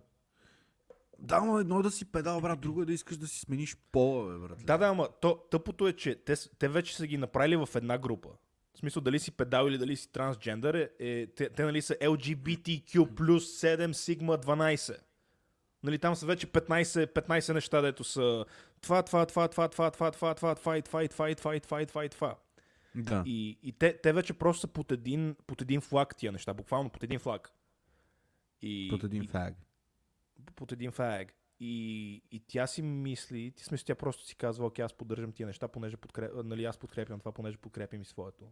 Speaker 2: Да, но едно е да си педал, брат, друго е да искаш да си смениш пола, бе, брат.
Speaker 1: Да, да, ама то, тъпото е, че те, с- те вече са ги направили в една група. В смисъл, дали си педал или дали си трансджендър, е, е, те, те нали са LGBTQ плюс 7 сигма 12. Нали, там са вече 15, 15 неща, дето са това, това, това, това, това, това, това, това, това и това, и това, и това, и това, и това, и това.
Speaker 2: да.
Speaker 1: И, и те, те вече просто са под един, под един флаг тия неща, буквално под един флаг. И,
Speaker 2: Под един
Speaker 1: и,
Speaker 2: фаг.
Speaker 1: под един фаег. И, и тя си мисли, ти смисъл, тя просто си казва, окей, аз поддържам тия неща, понеже подкреп... нали, аз подкрепям това, понеже подкрепям и своето.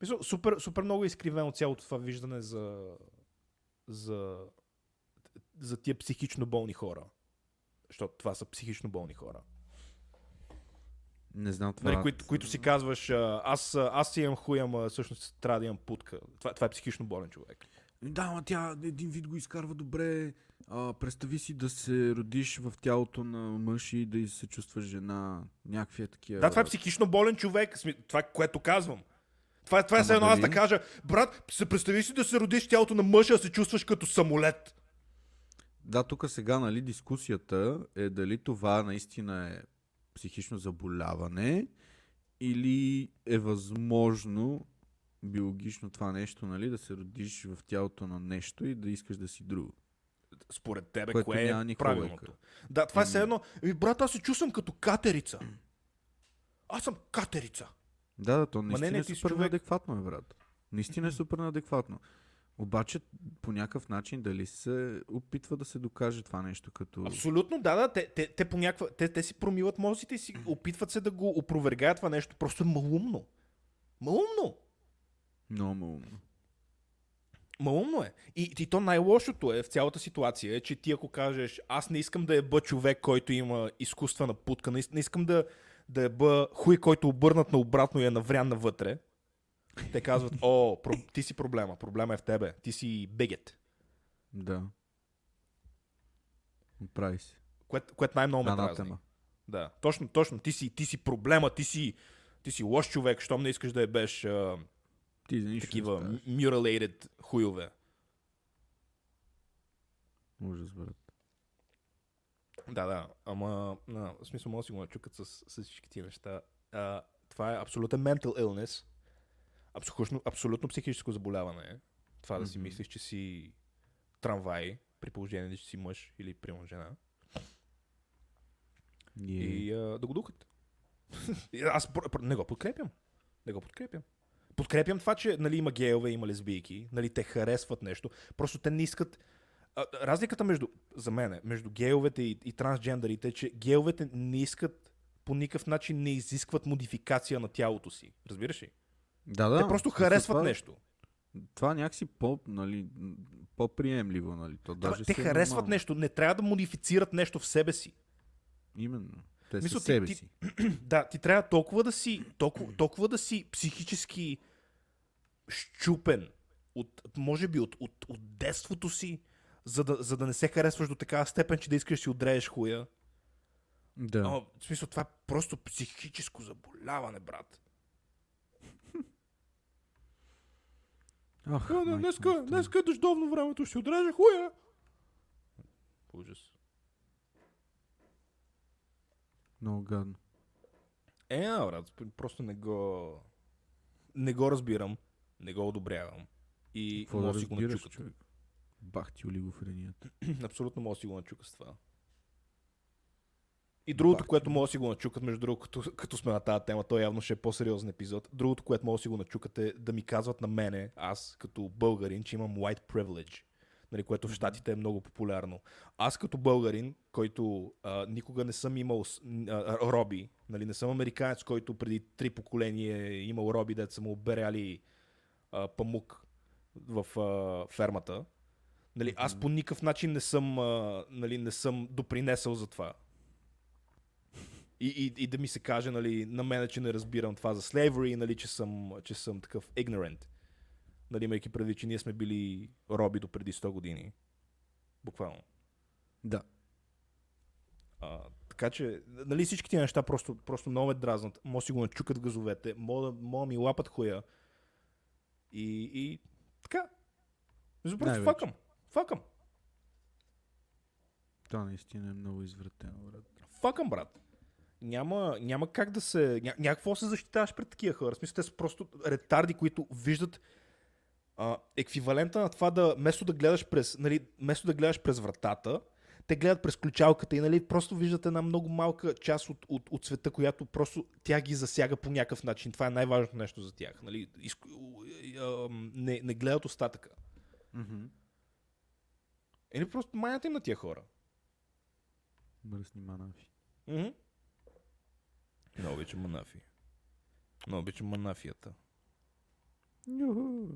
Speaker 1: Мисля, супер, супер много е изкривено цялото това виждане за, за, за тия психично болни хора. Защото това са психично болни хора.
Speaker 2: Не знам това.
Speaker 1: Нали, които, които си казваш, а, аз, а, аз си имам хуя, ама всъщност трябва да имам путка. Това, това е психично болен човек.
Speaker 2: Да, ма тя един вид го изкарва добре. А, представи си да се родиш в тялото на мъж и да и се чувстваш жена. Някакви е такива.
Speaker 1: Да, това е психично болен човек, сми- това, което казвам. Това, това е все
Speaker 2: Ама
Speaker 1: едно аз да
Speaker 2: дали?
Speaker 1: кажа, брат, се представи си да се родиш в тялото на мъжа, а се чувстваш като самолет.
Speaker 2: Да, тук сега, нали, дискусията е дали това наистина е психично заболяване или е възможно биологично това нещо, нали, да се родиш в тялото на нещо и да искаш да си друго.
Speaker 1: Според тебе,
Speaker 2: Което
Speaker 1: кое
Speaker 2: няма
Speaker 1: е
Speaker 2: никаква
Speaker 1: правилното?
Speaker 2: логика.
Speaker 1: Да, това е все едно, «Еми, брат, аз се чувствам като катерица. Аз съм катерица.
Speaker 2: Да, да, то
Speaker 1: не,
Speaker 2: наистина
Speaker 1: не,
Speaker 2: е
Speaker 1: ти си
Speaker 2: супер
Speaker 1: човек.
Speaker 2: неадекватно, е, брат. Наистина е супер неадекватно. Обаче, по някакъв начин, дали се опитва да се докаже това нещо като...
Speaker 1: Абсолютно, да, да, те, те, те, по някаква, те, те си промиват мозъците и си опитват се да го опровергаят това нещо. Просто е малумно. Малумно!
Speaker 2: Много малумно.
Speaker 1: Малумно е. И, и то най-лошото е в цялата ситуация, е, че ти ако кажеш, аз не искам да е бъ човек, който има изкуствена путка, не, ис- не искам да, да е бъ хуй, който е обърнат на обратно и е наврян навътре, те казват, о, про, ти си проблема, проблема е в тебе, ти си бегет.
Speaker 2: Да. Оправи си.
Speaker 1: Което, което най-много ме дразни.
Speaker 2: Анатема.
Speaker 1: Да, точно, точно, ти си, ти си проблема, ти си, ти си лош човек, щом не искаш да е беш а,
Speaker 2: Ти за нищо не
Speaker 1: такива
Speaker 2: ставаш.
Speaker 1: mutilated хуйове. ами.
Speaker 2: Ужас, брат.
Speaker 1: Да, да, ама на, в смисъл мога да си го начукат с, с всички тия неща. А, това е абсолютен mental illness. Абсолютно, абсолютно психическо заболяване. е. Това да си
Speaker 2: Мгм.
Speaker 1: мислиш, че си трамвай, при положение, че си мъж или примерно жена.
Speaker 2: И...
Speaker 1: И а, да го духат. И Аз пр- пр- не го подкрепям. Не го подкрепям. Подкрепям това, че нали, има гейове, има лесбийки, нали, те харесват нещо. Просто те не искат. А, а, разликата между, за мен, е, между гейовете и, и трансджендерите е, че гейовете не искат по никакъв начин не изискват модификация на тялото си. Разбираш ли?
Speaker 2: Да, да.
Speaker 1: те просто
Speaker 2: мисля,
Speaker 1: харесват
Speaker 2: това,
Speaker 1: нещо.
Speaker 2: Това е някакси по, нали, м, по-приемливо, нали. То
Speaker 1: Това,
Speaker 2: даже
Speaker 1: те
Speaker 2: си е
Speaker 1: харесват
Speaker 2: нормално.
Speaker 1: нещо. Не трябва да модифицират нещо в себе си.
Speaker 2: Именно. Те
Speaker 1: Мисля,
Speaker 2: са
Speaker 1: ти-
Speaker 2: себе
Speaker 1: ти-
Speaker 2: си.
Speaker 1: Да, ти трябва толкова да си, толкова, толкова да си психически щупен, от, може би от, от, от детството си, за да, за да не се харесваш до такава степен, че да искаш да си отрееш хуя.
Speaker 2: Да.
Speaker 1: Ама, в смисъл, това е просто психическо заболяване, брат.
Speaker 2: Ах,
Speaker 1: А, не,
Speaker 2: майко
Speaker 1: днеска,
Speaker 2: му,
Speaker 1: днеска е дъждовно времето, ще отрежа хуя. Ужас.
Speaker 2: Много гадно.
Speaker 1: Е, а, брат, п- просто не го... Не го разбирам, не го одобрявам. И
Speaker 2: Какво да
Speaker 1: мога да си го
Speaker 2: разбираш,
Speaker 1: начукат.
Speaker 2: човек? Бах ти олигофренията.
Speaker 1: Абсолютно мога да си го начукат с това. И другото,
Speaker 2: Бах ти.
Speaker 1: което мога да си го начукат, между другото, като, като сме на тази тема, то явно ще е по-сериозен епизод. Другото, което мога да си го начукат е да ми казват на мене, аз като българин, че имам white privilege. Нали, което в Штатите е много популярно. Аз като българин, който а, никога не съм имал с- н- а, а, роби, нали, не съм американец, който преди три поколения е имал роби, дето са му оберяли а, памук в а, фермата. Нали, аз по никакъв начин не съм, а, нали, не съм допринесъл за това. И, и, и да ми се каже, нали, на мене, че не разбирам това за slavery, нали, че, съм, че съм такъв ignorant. Нали, имайки предвид, че ние сме били роби до преди 100 години. Буквално.
Speaker 2: Да.
Speaker 1: А, така че, нали всички тия неща просто, просто много ме дразнат. Може си го начукат в газовете, мога, да- мога да ми лапат хуя. И, и така. Мисля, Просто
Speaker 2: Най-вече.
Speaker 1: факъм. Факъм.
Speaker 2: Това наистина е много извратено, брат.
Speaker 1: Факъм, брат. Няма, няма как да се... Ня, някакво се защитаваш пред такива хора. В смисъл, те са просто ретарди, които виждат а, еквивалента на това да, вместо да гледаш през, нали, вместо да гледаш през вратата, те гледат през ключалката и нали, просто виждат една много малка част от, от, от света, която просто тя ги засяга по някакъв начин. Това е най-важното нещо за тях. Нали? Изк... а, Не, не гледат остатъка.
Speaker 2: Mm-hmm.
Speaker 1: Или просто маята им на тия хора.
Speaker 2: Мръсни манафи.
Speaker 1: Мгм. Много обичам Манафи. Много обичам Манафията.
Speaker 2: Юху.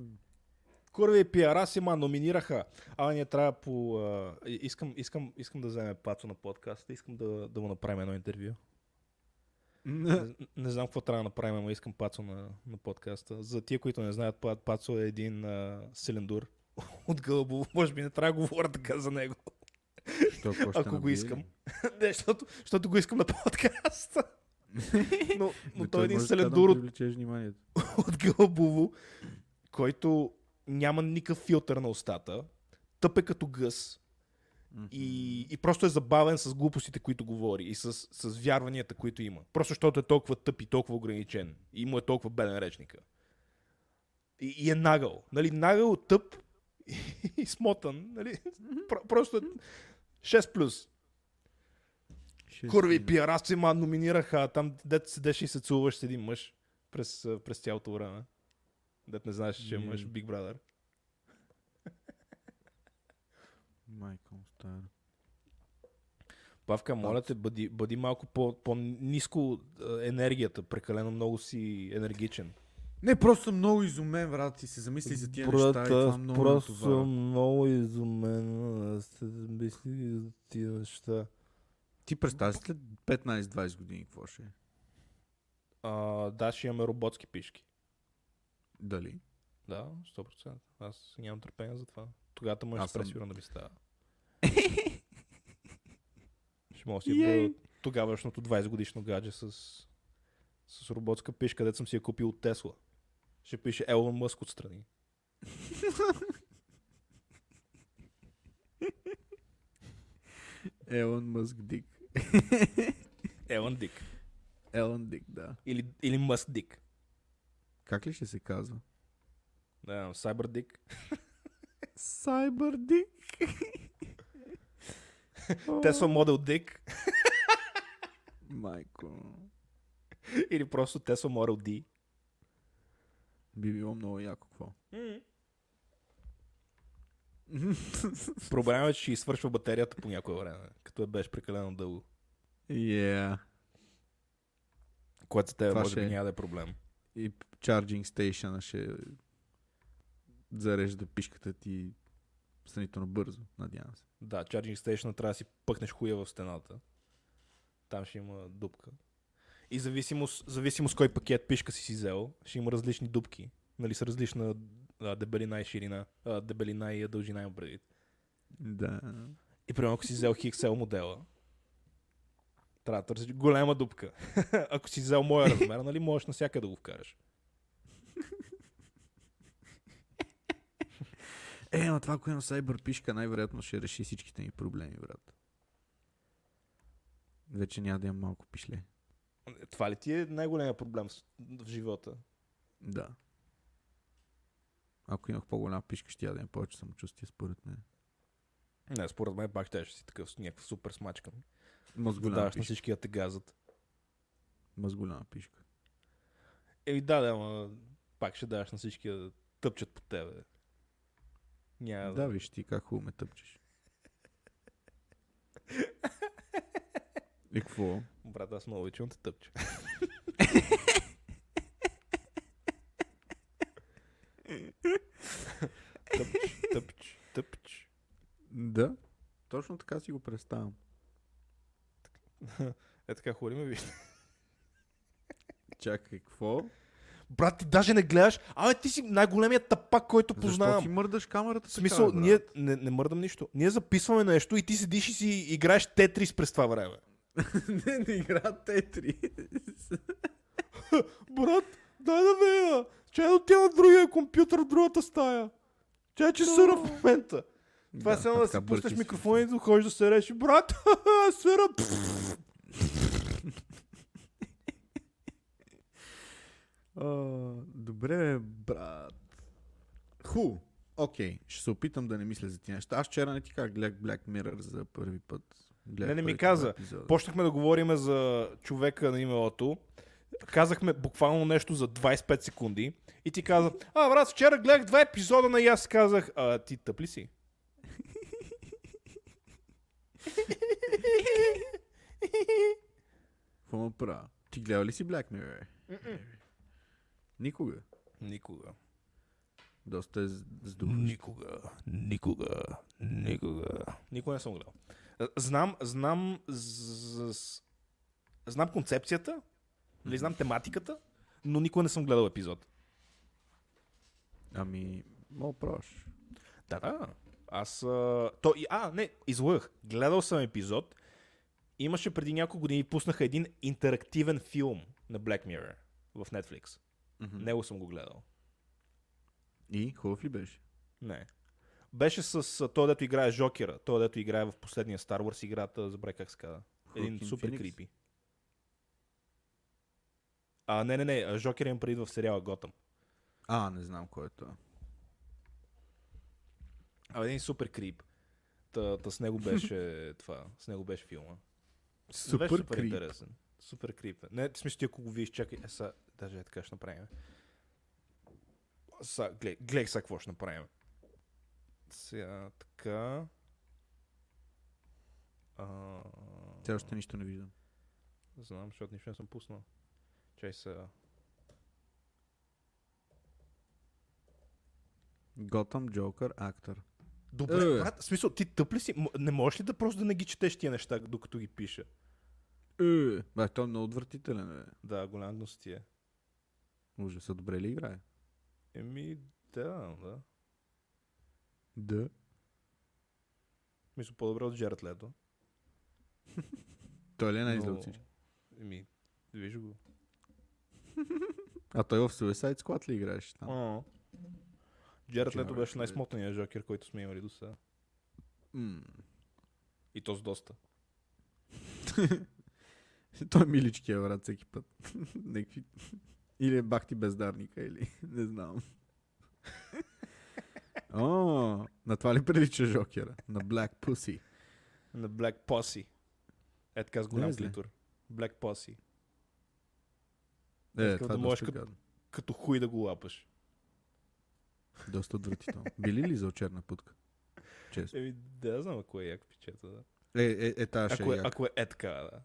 Speaker 1: Курви Пиарасима номинираха. А, ние трябва по... А, и- искам, искам, искам да вземе Пацо на подкаста. Искам да, да му направим едно интервю. Не, не знам какво трябва да направим, но искам Пацо на, на подкаста. За тия, които не знаят, Па- Пацо е един а, силендур от Гълъбово. Може би не трябва да говоря така за него.
Speaker 2: Що, какво ще
Speaker 1: Ако го
Speaker 2: набие?
Speaker 1: искам. не, защото, защото го искам на подкаста. Но, но
Speaker 2: Бе,
Speaker 1: той е един
Speaker 2: може така да му
Speaker 1: селендур от
Speaker 2: привлечеш вниманието.
Speaker 1: от Гълбово, който няма никакъв филтър на устата, тъп е като гъс
Speaker 2: Мгм.
Speaker 1: и, и просто е забавен с глупостите, които говори и с, с вярванията, които има. Просто защото е толкова тъп и толкова ограничен и му е толкова беден речника. И, и е нагъл. Нали, нагъл, тъп и смотан. Нали? Про- Просто е 6 плюс.
Speaker 2: Шест
Speaker 1: Курви
Speaker 2: минути.
Speaker 1: пиарасци ма номинираха, а там дет седеше и се целуваш с един мъж през, а, през цялото време. Дет не знаеш, че е мъж,
Speaker 2: Мм.
Speaker 1: Big Brother.
Speaker 2: Майко му стара.
Speaker 1: Павка, моля те, бъди, бъди малко по, по-низко а, енергията, прекалено много си енергичен.
Speaker 2: Не, просто съм много изумен, брат, и се замисли за тия неща и това много
Speaker 1: просто
Speaker 2: натоварва.
Speaker 1: съм много изумен. Аз се мисли за тия неща.
Speaker 2: Ти представи си след 15-20 години какво ще е?
Speaker 1: А, да, ще имаме роботски пишки.
Speaker 2: Дали?
Speaker 1: Да, 100%. Аз нямам търпение за това. Тогава мъж
Speaker 2: Аз
Speaker 1: съм...
Speaker 2: съм-
Speaker 1: пресигурно да ми става. Ще мога да си
Speaker 2: Йей.
Speaker 1: бъда тогавашното 20 годишно гадже с, с роботска пишка, където съм си я купил от Тесла. Ще пише Елон Мъск отстрани.
Speaker 2: Елон Мъск Дик.
Speaker 1: Елон Дик.
Speaker 2: Елон Дик, да.
Speaker 1: Или, или Мъск Дик.
Speaker 2: Как ли ще се казва?
Speaker 1: Да, Сайбър Дик.
Speaker 2: Е, Сайбър Дик.
Speaker 1: Тесла Модел Дик.
Speaker 2: Майко.
Speaker 1: Или просто Тесла Модел Ди.
Speaker 2: Би било много яко какво.
Speaker 1: Проблемът е, че ще извършва батерията по някое време, като е беше прекалено дълго.
Speaker 2: Yeah.
Speaker 1: Което за тебе
Speaker 2: Това
Speaker 1: може
Speaker 2: ще
Speaker 1: би
Speaker 2: е.
Speaker 1: няма да е проблем.
Speaker 2: И чарджинг стейшъна ще зарежда пишката ти сравнително бързо, надявам се.
Speaker 1: Да, Charging Station трябва да си пъкнеш хуя в стената. Там ще има дупка. И зависимост, зависимост кой пакет пишка си си взел, ще има различни дупки. Нали, с различна а, дебелина и ширина, а, дебелина и дължина имам предвид.
Speaker 2: Да.
Speaker 1: И примерно ако си взел XL модела, трябва да търсиш голема дупка. ако си взел моя размер, нали можеш навсякъде да го вкараш.
Speaker 2: Е, ама това, ако имам сайбърпишка, най-вероятно ще реши всичките ми проблеми, брат. Вече няма да имам малко пишле.
Speaker 1: Това ли ти е най-големия проблем с- в живота?
Speaker 2: Да. Ако имах по-голяма пишка, ще я да имам повече самочувствие, според мен.
Speaker 1: Не, според мен пак ще си такъв с някакъв супер смачкан.
Speaker 2: Маз голяма
Speaker 1: Даваш на
Speaker 2: пишка.
Speaker 1: всички да те газат.
Speaker 2: Маз голяма пишка.
Speaker 1: Еми да, да, ама пак ще даваш на всички да тъпчат по тебе. Няма
Speaker 2: Да, виж ти как хубаво ме тъпчеш. И какво?
Speaker 1: Брат, аз много обичам да те тъпча. тъпч, тъпч, тъпч.
Speaker 2: Да. Точно така си го представям.
Speaker 1: Е така хори ме вижда.
Speaker 2: Чакай, какво?
Speaker 1: Брат, ти даже не гледаш. Абе, ти си най-големият тапак, който
Speaker 2: Защо
Speaker 1: познавам.
Speaker 2: ти мърдаш камерата
Speaker 1: В смисъл,
Speaker 2: така, бе,
Speaker 1: ние
Speaker 2: брат?
Speaker 1: не, не мърдам нищо. Ние записваме нещо и ти седиш и си играеш Тетрис през това време.
Speaker 2: не, не игра Тетри.
Speaker 1: Брат, дай да видя. Че е отива на другия компютър в другата стая. Че че съра в момента. Това е само да си пуснеш микрофона и да ходиш да се реши. Брат, съра.
Speaker 2: добре, брат. Ху. Окей, ще се опитам да не мисля за тия неща. Аз вчера не ти казах, гледах Black Mirror за първи път. Гледах
Speaker 1: Не, не ми
Speaker 2: първите
Speaker 1: каза.
Speaker 2: два епизода.
Speaker 1: Почнахме да говорим за човека на име Ото. Казахме буквално нещо за 25 секунди. И ти каза, а, брат, вчера гледах два епизода на и аз си казах, а, ти тъп ли си?
Speaker 2: Какво му правя? Ти гледал ли си Black Mirror? Е, Никога.
Speaker 1: Никога.
Speaker 2: Доста е з- здобъл.
Speaker 1: Никога, никога, никога. Никога не съм гледал. Е, Знам, знам, з- з- знам концепцията, или знам тематиката, но никога не съм гледал епизод.
Speaker 2: Ами, много прош.
Speaker 1: Да, да. Аз. А, то, и- а, не, излъгах. Гледал съм епизод. Имаше преди няколко години, пуснаха един интерактивен филм на Black Mirror в Netflix.
Speaker 2: Мгм.
Speaker 1: Него съм го гледал.
Speaker 2: И хубав ли беше?
Speaker 1: Не. Беше с а, той, дето играе Жокера. Той, дето играе в последния Star Wars играта, забравя как се казва. Един
Speaker 2: Хоакин
Speaker 1: супер
Speaker 2: Феникс?
Speaker 1: крипи. А, не, не, не, а, Жокер им преди в сериала Готъм.
Speaker 2: А, не знам кой е това.
Speaker 1: А, един супер крип. Та, та с него беше това, с него беше филма. Супер, беше
Speaker 2: Супер
Speaker 1: супер
Speaker 2: крип.
Speaker 1: интересен. Супер крип. е. Не, в смисъл ти ако го видиш, чакай, е, са, даже е така ще направим. Са, гледай, гледай сега какво ще направим. Сега, така. А,
Speaker 2: Все още нищо не виждам.
Speaker 1: знам, защото нищо не съм пуснал. Чай сега.
Speaker 2: Gotham Joker актер.
Speaker 1: Добре,
Speaker 2: Е.
Speaker 1: брат, в смисъл, ти тъп ли си? М- Не можеш ли да просто да не ги четеш тия неща, докато ги пиша?
Speaker 2: Е, бе, той е много отвратителен, бе.
Speaker 1: Да, голям гнус ти е.
Speaker 2: Ужаса, добре ли играе?
Speaker 1: Еми, да, да.
Speaker 2: Да.
Speaker 1: Мисля, по-добре от Джеред Лето.
Speaker 2: Той ли е
Speaker 1: но-
Speaker 2: най-зле от всички?
Speaker 1: Еми, виж го.
Speaker 2: А той в Suicide Squad ли играеше там?
Speaker 1: О. Джеред Лето
Speaker 2: Джаред
Speaker 1: беше
Speaker 2: Лето.
Speaker 1: най-смотният жокер, който сме имали до сега.
Speaker 2: М.
Speaker 1: И то с доста.
Speaker 2: Той е миличкия брат всеки път. Некви... Или е бахти бездарника, или не знам. О, на това ли прилича Жокера? На Black Pussy.
Speaker 1: На Black Posse. Е така с голям
Speaker 2: Влезе.
Speaker 1: клитор. Black Posse.
Speaker 2: Е,
Speaker 1: Искам
Speaker 2: това е
Speaker 1: да можеш
Speaker 2: доста
Speaker 1: като-
Speaker 2: гадно.
Speaker 1: Като хуй да го лапаш.
Speaker 2: Доста отвратително. Били ли за черна путка? Честно.
Speaker 1: Еми, да, знам, ако е як пичета, да.
Speaker 2: Е, е, е тази ще е
Speaker 1: Ако е,
Speaker 2: яка.
Speaker 1: ако е, е така, да.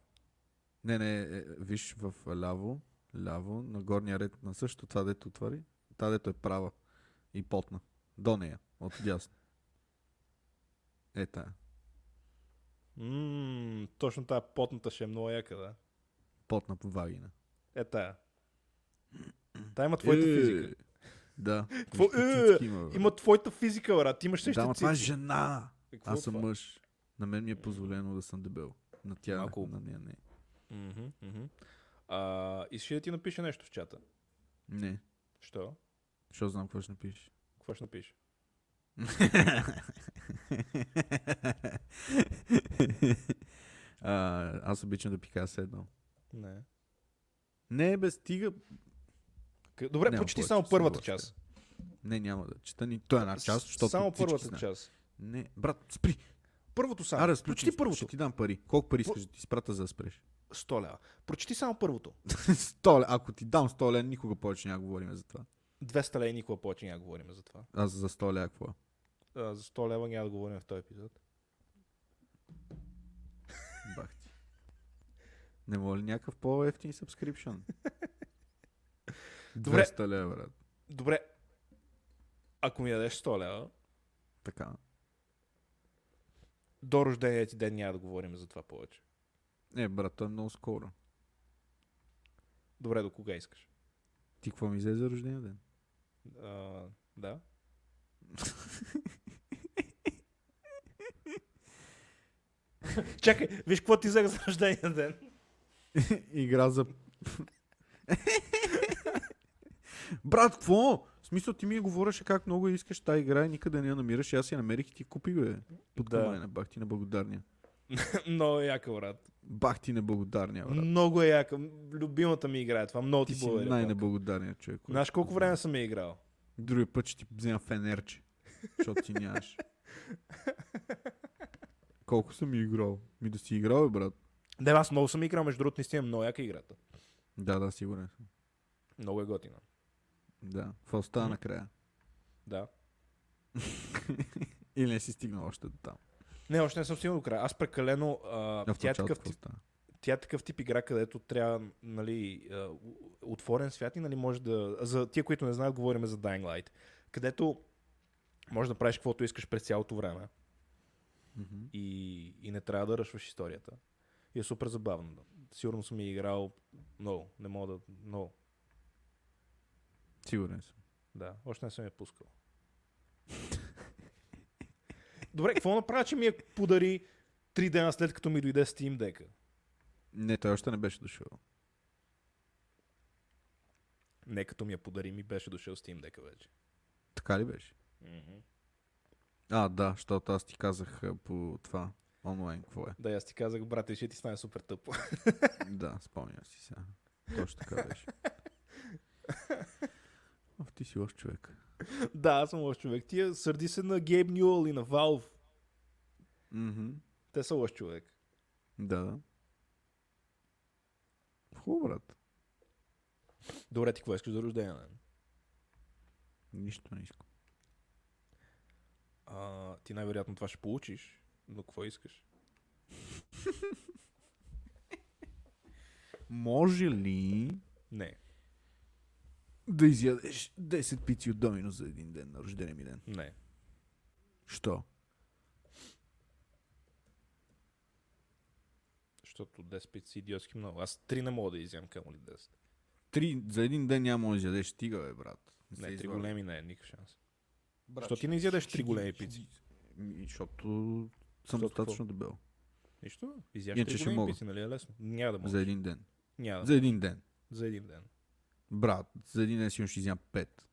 Speaker 2: Не, не, е, е, виж в ляво, ляво, на горния ред на също, това дето отвори, та дето е права и потна. До нея, от дясно. Е, тая.
Speaker 1: Ммм, точно тази потната ще е много яка, да.
Speaker 2: Потна по вагина.
Speaker 1: Е тая. Та има твоята
Speaker 2: Е,
Speaker 1: физика.
Speaker 2: Да.
Speaker 1: Какво?
Speaker 2: Виж,
Speaker 1: Е,
Speaker 2: цицки има, бе.
Speaker 1: Има твоята физика, брат. Имаш
Speaker 2: Да,
Speaker 1: същите
Speaker 2: ама
Speaker 1: цици.
Speaker 2: това е жена.
Speaker 1: Какво е
Speaker 2: Аз съм
Speaker 1: това?
Speaker 2: мъж. На мен ми е позволено да съм дебел. На тя,
Speaker 1: Малко-
Speaker 2: на нея не.
Speaker 1: Мгм, мгм. А, и ще ти напише нещо в чата.
Speaker 2: Не,
Speaker 1: Що?
Speaker 2: защото знам какво ще напишеш.
Speaker 1: Какво ще напише?
Speaker 2: а, аз обичам да пикая с едно.
Speaker 1: Не.
Speaker 2: Не, бе, стига.
Speaker 1: К- Добре,
Speaker 2: Няма
Speaker 1: почти
Speaker 2: повече,
Speaker 1: само
Speaker 2: само
Speaker 1: първата
Speaker 2: още.
Speaker 1: част.
Speaker 2: Не, няма да чета ни. Той е една част, защото
Speaker 1: Само
Speaker 2: всички
Speaker 1: първата
Speaker 2: знаят.
Speaker 1: част.
Speaker 2: Не, брат, спри.
Speaker 1: Първото само.
Speaker 2: Аре,
Speaker 1: Аре,
Speaker 2: разключи,
Speaker 1: Почти първото.
Speaker 2: Ще ти дам пари. Колко пари
Speaker 1: По-
Speaker 2: искаш да ти спрата за да спреш?
Speaker 1: 100 лева. Прочети само първото.
Speaker 2: 100 ле. Ако ти дам 100 ле, никога повече няма да говорим за това.
Speaker 1: 200 лева и никога повече няма да говорим за това.
Speaker 2: Аз за 100 ле, какво? е?
Speaker 1: А, за 100 лева няма да говорим в този епизод.
Speaker 2: Бах ти. Не мога ли някакъв по-ефтин subscription?
Speaker 1: Добре.
Speaker 2: 200 ле, брат.
Speaker 1: Добре. Ако ми дадеш 100 лева,
Speaker 2: Така.
Speaker 1: до рождения ти ден няма да говорим за това повече.
Speaker 2: Не, брат, то е много скоро.
Speaker 1: Добре, до кога искаш?
Speaker 2: Ти какво ми взе за рождения ден?
Speaker 1: А, да. Чакай, виж какво ти взех за рождения ден.
Speaker 2: Игра за... Брат, какво? В смисъл ти ми говореше как много я искаш тази игра и никъде не я намираш и аз я намерих и ти я купих, бе. Под
Speaker 1: Да.
Speaker 2: да. на бах ти на благодарния.
Speaker 1: Много е яка, брат.
Speaker 2: Бах ти неблагодарния, брат.
Speaker 1: Много е яка. Любимата ми игра е това. Много ти,
Speaker 2: Ти си
Speaker 1: благодаря. брат.
Speaker 2: най-неблагодарният човек. който
Speaker 1: Знаеш колко
Speaker 2: познавам.
Speaker 1: време съм я играл?
Speaker 2: Другия път ще ти взема фенерче, защото ти нямаш. Колко съм играл? Ми да си играл, бе, брат.
Speaker 1: Да, аз много съм играл, между другото, наистина е много яка играта.
Speaker 2: Да, да, сигурен съм.
Speaker 1: Много е готина.
Speaker 2: Да. Какво остава
Speaker 1: Мгм.
Speaker 2: накрая?
Speaker 1: Да.
Speaker 2: Или не си стигнал още до там?
Speaker 1: Не, още не съм стигнал до края. Аз прекалено...
Speaker 2: А
Speaker 1: А,
Speaker 2: в
Speaker 1: тя, е
Speaker 2: началото
Speaker 1: такъв
Speaker 2: какво
Speaker 1: тип,
Speaker 2: става?
Speaker 1: тя е такъв тип игра, където трябва, нали, а, у- отворен свят и, нали, може да... За тия, които не знаят, говорим за Dying Light. Където може да правиш каквото искаш през цялото време
Speaker 2: Мгм.
Speaker 1: и, и не трябва да ръшваш историята. И е супер забавно. Сигурно съм я играл много. Не мога да... Много.
Speaker 2: Сигурен съм.
Speaker 1: Да, още не съм я пускал. Добре, какво направи, че ми я подари три дена след като ми дойде Steam Deck?
Speaker 2: Не, той още не беше дошъл.
Speaker 1: Не като ми я подари, ми беше дошъл Steam Deck вече.
Speaker 2: Така ли беше? А, да, защото аз ти казах а, по това онлайн какво е.
Speaker 1: Да, и аз ти казах, брате, ще ти стане супер тъпо.
Speaker 2: да, спомням си сега. Точно така беше. Ох, ти си лош човек.
Speaker 1: да, аз съм лош човек. Тия сърди се на Gabe Newell и на Valve.
Speaker 2: Мгм.
Speaker 1: Те са лош човек.
Speaker 2: Да, да. Хубаво, брат.
Speaker 1: Добре, ти какво искаш за рождение? ден?
Speaker 2: Нищо не искам.
Speaker 1: А, ти най-вероятно това ще получиш, но какво искаш?
Speaker 2: Може ли
Speaker 1: Не,
Speaker 2: да изядеш 10 пици от домино за един ден на рождения ми ден?
Speaker 1: не.
Speaker 2: Що?
Speaker 1: Защото 10 пици са идиотски много. Аз 3 не мога да изям, камо ли 10.
Speaker 2: Три, за един ден няма да изядеш. Стига, бе, брат. се
Speaker 1: Не, 3
Speaker 2: излагай.
Speaker 1: големи не е никакъв шанс.
Speaker 2: Брат,
Speaker 1: Защо
Speaker 2: ще-
Speaker 1: ти не изядеш
Speaker 2: ще
Speaker 1: три
Speaker 2: ги-
Speaker 1: големи
Speaker 2: ще ги-
Speaker 1: пици?
Speaker 2: Ми, Защото съм
Speaker 1: какво?
Speaker 2: достатъчно дебел.
Speaker 1: Нищо. Изяш
Speaker 2: Иначе
Speaker 1: три
Speaker 2: ще
Speaker 1: големи
Speaker 2: мога.
Speaker 1: пици, нали е лесно? Няма да мога.
Speaker 2: За един ден.
Speaker 1: Няма да.
Speaker 2: За един ден.
Speaker 1: За един ден.
Speaker 2: Брат, за един ден сигурно ще изям пет.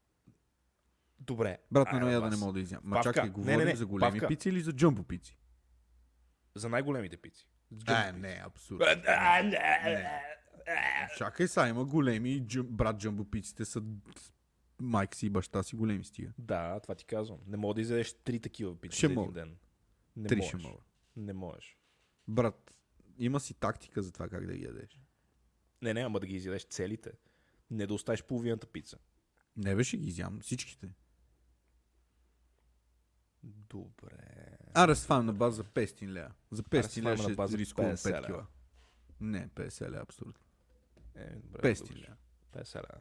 Speaker 1: Добре.
Speaker 2: Брат, на
Speaker 1: айде,
Speaker 2: едно яда
Speaker 1: бас.
Speaker 2: не мога да изям. Ма
Speaker 1: Павка,
Speaker 2: чакай,
Speaker 1: не,
Speaker 2: говорим
Speaker 1: не, не,
Speaker 2: за големи
Speaker 1: Павка.
Speaker 2: пици или за джамбо пици?
Speaker 1: За най-големите пици.
Speaker 2: А, не, абсурд.
Speaker 1: А, а, не.
Speaker 2: Чакай са, има големи, и джъм, брат, джамбо пиците са майка си и баща си големи стига.
Speaker 1: Да, това ти казвам. Не мога да изядеш три такива пици
Speaker 2: Ще
Speaker 1: за един
Speaker 2: мога.
Speaker 1: ден. Не
Speaker 2: Три
Speaker 1: можеш.
Speaker 2: ще мога.
Speaker 1: Не можеш.
Speaker 2: Брат, има си тактика за това как да ги ядеш.
Speaker 1: Не, не, ама да ги изядеш целите. Не да оставиш половината пица.
Speaker 2: Не беше ги изям, всичките.
Speaker 1: Е, Добре.
Speaker 2: Аре, с фам на база за 500 лея. За
Speaker 1: с
Speaker 2: 500 лея
Speaker 1: фам на
Speaker 2: ще
Speaker 1: база
Speaker 2: рискувам
Speaker 1: 50
Speaker 2: 5
Speaker 1: лева.
Speaker 2: кила. Не, 50 лея, абсолютно.
Speaker 1: Е, добре.
Speaker 2: 500
Speaker 1: добре.
Speaker 2: лея.
Speaker 1: 50 лева.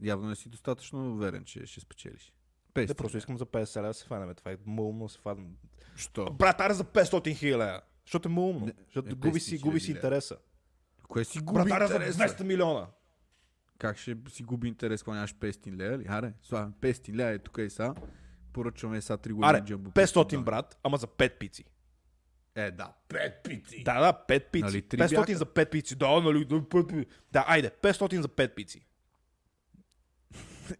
Speaker 2: Явно не си достатъчно уверен, че ще спечелиш. 500
Speaker 1: Да, просто искам за 50 лева да се хванем. Това е мълно да се хванем.
Speaker 2: Що?
Speaker 1: Брат, аре за 500 хиляди. Защото е мълно.
Speaker 2: Не,
Speaker 1: Защото
Speaker 2: е,
Speaker 1: губи
Speaker 2: 500
Speaker 1: си, губи си
Speaker 2: хиляди.
Speaker 1: интереса.
Speaker 2: Кое си губи
Speaker 1: Брат, аре за
Speaker 2: интерес? бе?
Speaker 1: 200 милиона.
Speaker 2: Как ще си губи интерес, когато нямаш 500 лея ли? Аре, слава, 500 лея е тук и са. Поръчваме са 3
Speaker 1: Аре,
Speaker 2: години джамбо. пици
Speaker 1: 500
Speaker 2: да.
Speaker 1: брат, ама за 5 пици.
Speaker 2: Е, да, 5 пици.
Speaker 1: Да, да, 5 пици.
Speaker 2: Нали, три
Speaker 1: 500
Speaker 2: бяха?
Speaker 1: за 5 пици. Да, нали, да, 5 пици. Да, айде, 500 за 5 пици.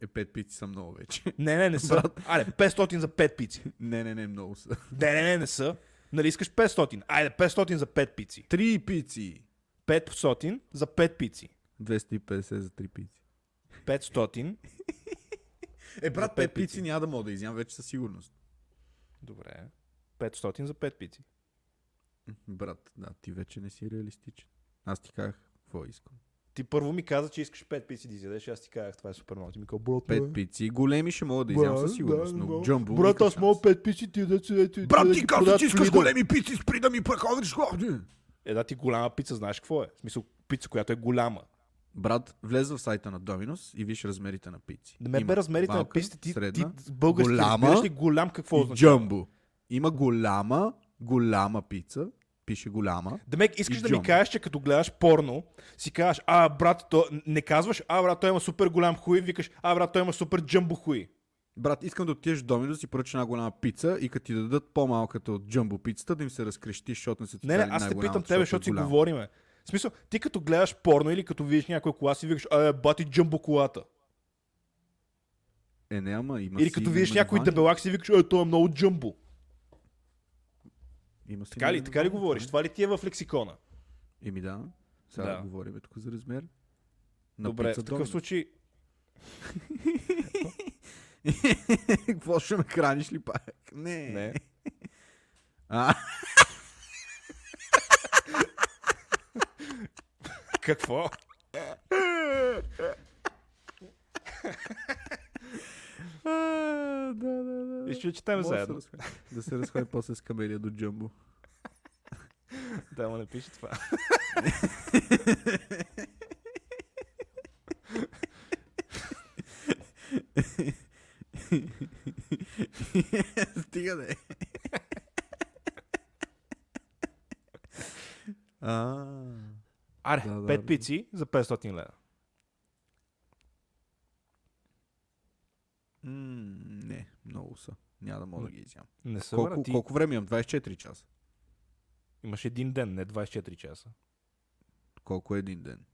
Speaker 2: Е, пет пици са много вече.
Speaker 1: Не, не, не са.
Speaker 2: Брат.
Speaker 1: Аре, 500 за 5 пици.
Speaker 2: Не, не, не, много са.
Speaker 1: Не, не, не, не са. Нали искаш 500? Айде, 500 за 5 пици.
Speaker 2: Три пици!
Speaker 1: 500 за 5 пици.
Speaker 2: 250 за три пици.
Speaker 1: 500.
Speaker 2: Е, брат,
Speaker 1: За пет
Speaker 2: пет пици.
Speaker 1: пици.
Speaker 2: няма да мога да изям вече със сигурност.
Speaker 1: Добре. 500 за 5 пици.
Speaker 2: Брат, да, ти вече не си реалистичен. Аз ти казах, какво искам.
Speaker 1: Ти първо ми каза, че искаш 5 пици да изядеш, и аз ти казах, това е супер много. Ти ми каза, брат,
Speaker 2: Пет пици, големи ще мога да изям със сигурност, но джамбо... никакъв шанс.
Speaker 1: 5 пици, ти да си
Speaker 2: Брат, ти каза, че искаш големи пици, спри да ми преховриш главни!
Speaker 1: Една Е, ти голяма пица, знаеш какво е? В смисъл, пица, която е голяма.
Speaker 2: Брат, влез в сайта на Доминос и виж размерите на пици.
Speaker 1: Да ме
Speaker 2: Има
Speaker 1: бе размерите на
Speaker 2: малка,
Speaker 1: пиците, ти,
Speaker 2: средна,
Speaker 1: ти български
Speaker 2: голяма
Speaker 1: разбираш ли голям какво
Speaker 2: и
Speaker 1: означава?
Speaker 2: джамбо. Има голяма, голяма пица, пише голяма.
Speaker 1: Демек, искаш
Speaker 2: И
Speaker 1: да ми
Speaker 2: джамбо.
Speaker 1: кажеш, че като гледаш порно, си казваш, а брат, то... не казваш, а брат, той има супер голям хуй, викаш, а брат, той има супер джамбо хуй.
Speaker 2: Брат, искам да отидеш в Доминос и поръча една голяма пица и като ти дадат по-малката от джамбо пицата, да им се разкрещиш, защото не са ти
Speaker 1: Не, не,
Speaker 2: дали
Speaker 1: аз те
Speaker 2: най-голямата,
Speaker 1: питам тебе, защото
Speaker 2: е
Speaker 1: си
Speaker 2: голяма.
Speaker 1: говориме. В смисъл, ти като гледаш порно или като видиш някоя кола, си викаш, «Е, а бати джамбо колата.
Speaker 2: Е, не, ама има
Speaker 1: Или
Speaker 2: си
Speaker 1: като видиш някой
Speaker 2: наименование.
Speaker 1: дебелак, си викаш, е, той е много джамбо.
Speaker 2: Има си
Speaker 1: Така ли, така ли
Speaker 2: наименование,
Speaker 1: говориш?
Speaker 2: да.
Speaker 1: Това ли ти е в лексикона?
Speaker 2: Еми да, сега
Speaker 1: Да.
Speaker 2: да. говорим тук за размер. На
Speaker 1: Добре, в
Speaker 2: пица
Speaker 1: такъв
Speaker 2: Domino's.
Speaker 1: случай,
Speaker 2: Какво ще ме храниш ли пак? Не.
Speaker 1: не.
Speaker 2: А,
Speaker 1: Какво?
Speaker 2: да, да, да.
Speaker 1: И ще четем
Speaker 2: Може да се
Speaker 1: заедно.
Speaker 2: разходи. Да се разходи после с камелия до джамбо.
Speaker 1: Да, ма не пише това.
Speaker 2: Стига да е. А,
Speaker 1: Аре,
Speaker 2: Да, да,
Speaker 1: пет
Speaker 2: да.
Speaker 1: пици за 500 лева.
Speaker 2: м, не, много са. Няма да мога да ги изям.
Speaker 1: Не са,
Speaker 2: Колко,
Speaker 1: брат, ти
Speaker 2: колко време имам? 24 часа.
Speaker 1: имаш един ден, не 24 часа.
Speaker 2: Колко е един ден?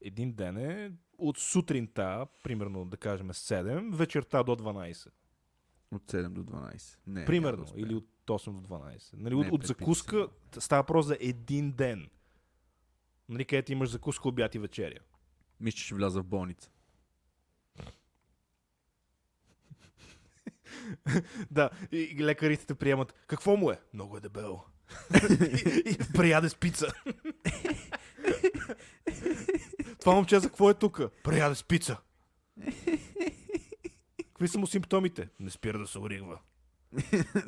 Speaker 1: Един ден е от сутринта, примерно да кажем 7, вечерта до 12.
Speaker 2: От 7 до 12. Не, няма Е, да
Speaker 1: примерно.
Speaker 2: успея.
Speaker 1: или от 8 до 12. Нали,
Speaker 2: Не,
Speaker 1: от, от
Speaker 2: пет пици
Speaker 1: закуска т- става въпрос за един ден. Нали, където имаш закуска, обяд и вечеря.
Speaker 2: Мисля, че ще вляза в болница.
Speaker 1: Да, и, и лекарите те приемат. Какво му е? Много е дебело. и, и преяде с пица. Това момче за какво е тука? Преяде с пица. Какви са му симптомите? Не спира да се оригва.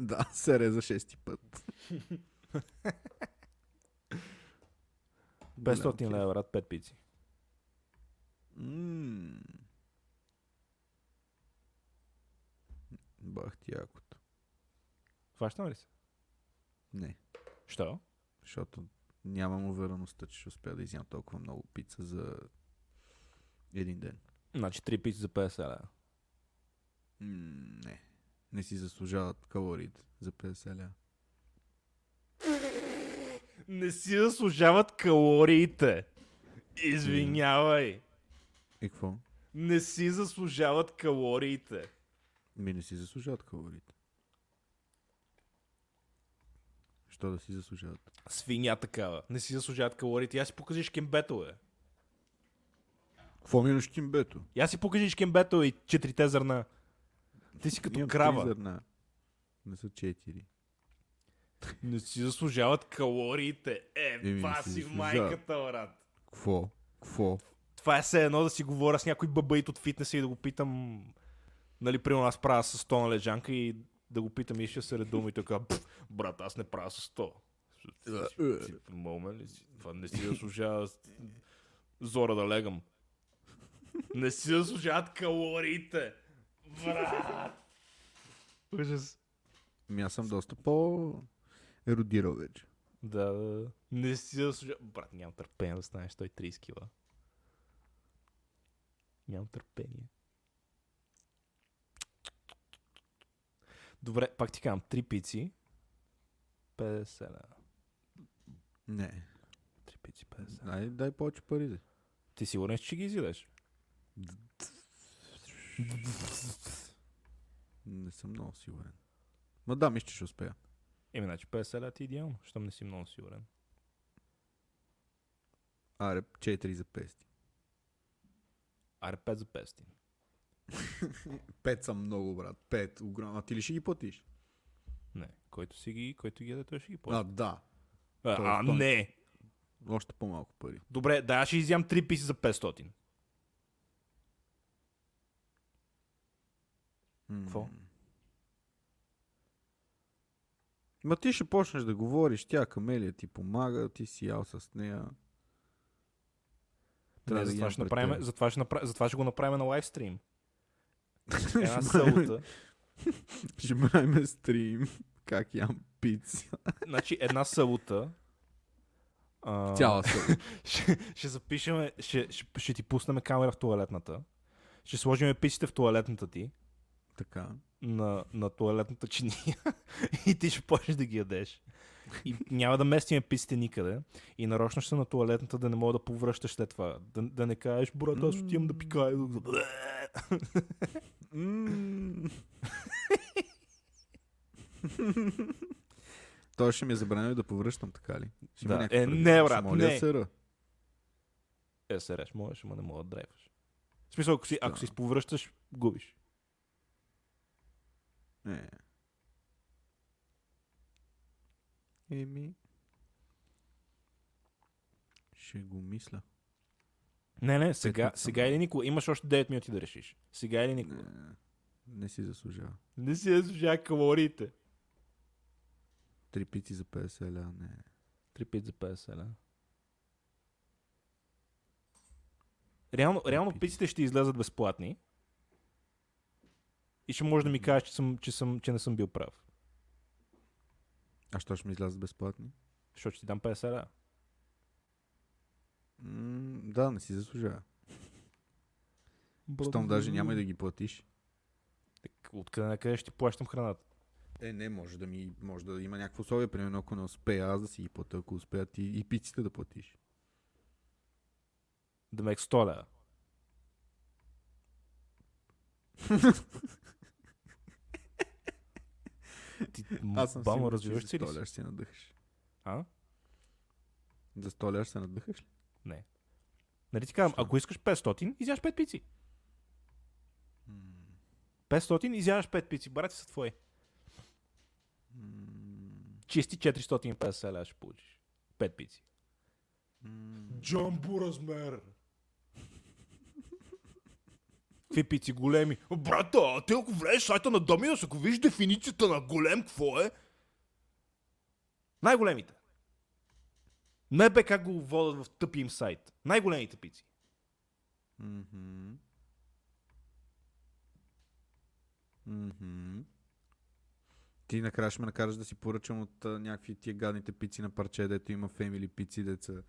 Speaker 2: да, се реза шести път.
Speaker 1: 500
Speaker 2: Голям
Speaker 1: лева, брат, 5 пици.
Speaker 2: М. Бах ти якото.
Speaker 1: Хващам ли се?
Speaker 2: Не,
Speaker 1: Що?
Speaker 2: защото нямам увереността, че ще успя да изям толкова много пица за един ден.
Speaker 1: Значи 3 пици за 50 лева.
Speaker 2: М, не, не си заслужават калориите за 50 ля.
Speaker 1: Не си заслужават калориите. Извинявай.
Speaker 2: И какво?
Speaker 1: Не си заслужават калориите.
Speaker 2: Ми не си заслужават калориите. Що да си заслужават?
Speaker 1: Свиня такава. Не си заслужават калориите. Я си покажи шкембето, бе.
Speaker 2: Какво ми е на шкимбето?
Speaker 1: Я си покажи шкембето и четирите зърна. Ти си като
Speaker 2: Имам три
Speaker 1: крава.
Speaker 2: зърна. Не са четири.
Speaker 1: Не си заслужават калориите.
Speaker 2: Еми,
Speaker 1: Е,
Speaker 2: не
Speaker 1: това
Speaker 2: си
Speaker 1: си
Speaker 2: заслужава.
Speaker 1: майката, брат.
Speaker 2: Кво? Кво?
Speaker 1: Това е все едно да си говоря с някой бабаит от фитнеса и да го питам, нали, при нас правя с 100 на лежанка и да го питам и ще се редума и така, «Пф, брат, аз не правя с 100. Ти- ти- ти Момент ли си? Това не си заслужава с- зора да легам. Не си заслужават калориите. Брат! Ужас.
Speaker 2: Ми Ами аз съм доста по... еродирал вече.
Speaker 1: Да, да. да. Не си заслужава. Брат, нямам търпение да станеш 130 кила. Нямам търпение. Добре, пак ти казвам, три пици. 50 лева.
Speaker 2: Не.
Speaker 1: Три пици, 50 лева.
Speaker 2: Дай, дай повече пари. Да.
Speaker 1: Ти сигурен, че ще ги изядеш?
Speaker 2: Не съм много сигурен. Ма да, мисля, че ще успея.
Speaker 1: Еми, значи 50 лева ти идеално, щом не си много сигурен.
Speaker 2: Аре, 4 за 5.
Speaker 1: Аре 5 за 500.
Speaker 2: 5 са много, брат. 5 огромна. Ти ли ще ги платиш?
Speaker 1: Не, който си ги, който ги яде, той ще ги плаща.
Speaker 2: А, да.
Speaker 1: А,
Speaker 2: той е
Speaker 1: а,
Speaker 2: тон.
Speaker 1: не!
Speaker 2: Още по-малко пари.
Speaker 1: Добре, да, аз ще изям 3 писи за 500.
Speaker 2: М.
Speaker 1: Какво?
Speaker 2: Ма ти ще почнеш да говориш, тя камелия ти помага, ти си ял с нея.
Speaker 1: Не,
Speaker 2: да
Speaker 1: затова,
Speaker 2: имам
Speaker 1: ще
Speaker 2: пред
Speaker 1: направим,
Speaker 2: теб.
Speaker 1: затова, ще направим, затова ще го направим на лайвстрим. Една салута.
Speaker 2: Ще правим стрим, как ям пица.
Speaker 1: Значи една салута. А,
Speaker 2: Цяла съм.
Speaker 1: Ще, ще запишем, ще, ще, ще ти пуснем камера в туалетната. Ще сложим писите в туалетната ти,
Speaker 2: така.
Speaker 1: на, на туалетната чиния и ти ще почнеш да ги ядеш. И няма да местим писите никъде. И нарочно ще са на туалетната да не мога да повръщаш след това. Да, да не кажеш, брат, аз отивам да пикая.
Speaker 2: М. Той ще ми е забранил да повръщам, така ли? Ще има
Speaker 1: Да.
Speaker 2: някакво
Speaker 1: Е,
Speaker 2: правило.
Speaker 1: не,
Speaker 2: Ще
Speaker 1: брат,
Speaker 2: моля
Speaker 1: не.
Speaker 2: сера.
Speaker 1: Е, се реш, можеш, ама не мога да драйваш. В смисъл, ако си, ако
Speaker 2: Да.
Speaker 1: си повръщаш, губиш.
Speaker 2: Е. Еми. Ще го мисля.
Speaker 1: Не, не, сега,
Speaker 2: минути съм
Speaker 1: сега
Speaker 2: дал.
Speaker 1: или никога. Имаш още 9 минути да решиш. Сега или никога.
Speaker 2: Не, не си заслужава.
Speaker 1: Не си заслужава калориите.
Speaker 2: Три пици за 50 ля, не.
Speaker 1: Три пици за 50 ля. Реално, реално
Speaker 2: пици.
Speaker 1: пиците ще излезат безплатни. И ще можеш да ми кажеш, че, съм, че, съм, че не съм бил прав.
Speaker 2: А що ще ми излязат безплатни?
Speaker 1: Защото ще ти дам 50 ля.
Speaker 2: М- да, не си заслужава. Щом даже няма и да ги платиш.
Speaker 1: Откъде на къде ще ти плащам храната?
Speaker 2: Е, не, може да ми, може да има някакво условие, примерно ако не успея аз да си ги плата, ако успея ти и пиците да платиш.
Speaker 1: Да мек 100 ля. ти
Speaker 2: Аз съм
Speaker 1: бамо
Speaker 2: сигурен,
Speaker 1: развиваш
Speaker 2: че
Speaker 1: си ли си?
Speaker 2: за 100 ля ще се надъхаш.
Speaker 1: А?
Speaker 2: За 100 ля ще се надъхаш ли?
Speaker 1: Не. Нали ти казвам,
Speaker 2: Защо?
Speaker 1: ако искаш 500, изяваш 5 пици. 500, изяваш 5 пици. Брати са твои. Чисти 450 ля ще получиш. 5 пици. Джамбо размер. Какви пици големи? Брата, ти ако влезеш в сайта на Доминос, ако виж дефиницията на голем, какво е? Най-големите. Не бе как го водят в тъпи им сайт. Най-големите пици.
Speaker 2: Мгм. Мгм. Ти накрая ще ме накараш да си поръчам от а, някакви тия гадните пици на парче, дето има фемили пици, деца.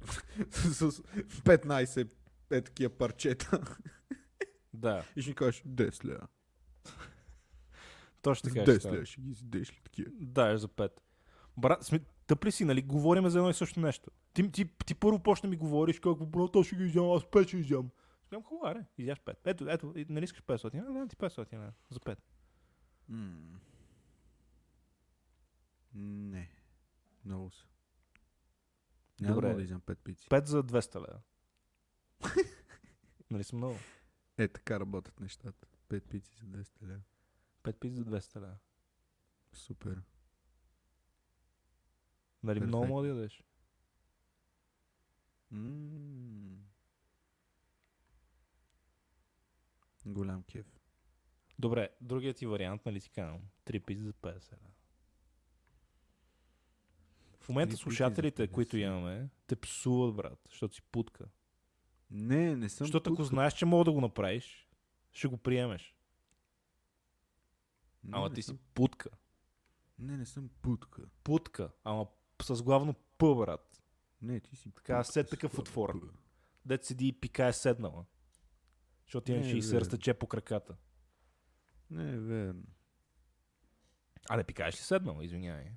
Speaker 2: С 15 е такива парчета.
Speaker 1: Да,
Speaker 2: И ще ми кажеш 10 лева.
Speaker 1: точно
Speaker 2: С
Speaker 1: така. ще
Speaker 2: 10
Speaker 1: стане.
Speaker 2: лева ще ги издеш ли такива?
Speaker 1: Да, е за 5. Брат, сме, тъп ли си, нали? Говориме за едно и също нещо. Ти, ти, ти първо почна ми говориш как брат, аз ще ги изям, аз 5 ще изям. Казвам, хубаво, аре, изяш 5. Ето, ето, и нали искаш 500? Не, ти 500, не, за 5.
Speaker 2: М. Не. Много са. Няма
Speaker 1: Добре.
Speaker 2: да мога да изям 5 пици.
Speaker 1: 5 за 200 лева. нали съм много?
Speaker 2: Е, така работят нещата. 5 пици за 10 лева.
Speaker 1: 5 пици за 200 лева.
Speaker 2: Супер.
Speaker 1: Нали много
Speaker 2: Перфектно.
Speaker 1: мога да ядеш?
Speaker 2: М. Голям кеф.
Speaker 1: Добре, другият ти вариант, нали ти казвам, 3 пици за 50 лева. В
Speaker 2: Три
Speaker 1: момента
Speaker 2: пици за
Speaker 1: слушателите,
Speaker 2: 50.
Speaker 1: които имаме, те псуват, брат, защото си путка.
Speaker 2: Не, не съм
Speaker 1: Защото ако
Speaker 2: путка.
Speaker 1: знаеш, че мога да го направиш, ще го приемеш.
Speaker 2: Не,
Speaker 1: Ама
Speaker 2: не
Speaker 1: ти
Speaker 2: съм-
Speaker 1: си путка.
Speaker 2: Не, не съм путка.
Speaker 1: Путка. Ама с главно П, брат.
Speaker 2: Не, ти си
Speaker 1: Така,
Speaker 2: путка
Speaker 1: се
Speaker 2: с
Speaker 1: такъв
Speaker 2: това
Speaker 1: отвор.
Speaker 2: П.
Speaker 1: Дет седи и пикае седнала. Защото
Speaker 2: Не,
Speaker 1: иначе и се
Speaker 2: бе.
Speaker 1: разтече по краката.
Speaker 2: Не, е верно.
Speaker 1: А не пикаеш ли седнала, извинявай.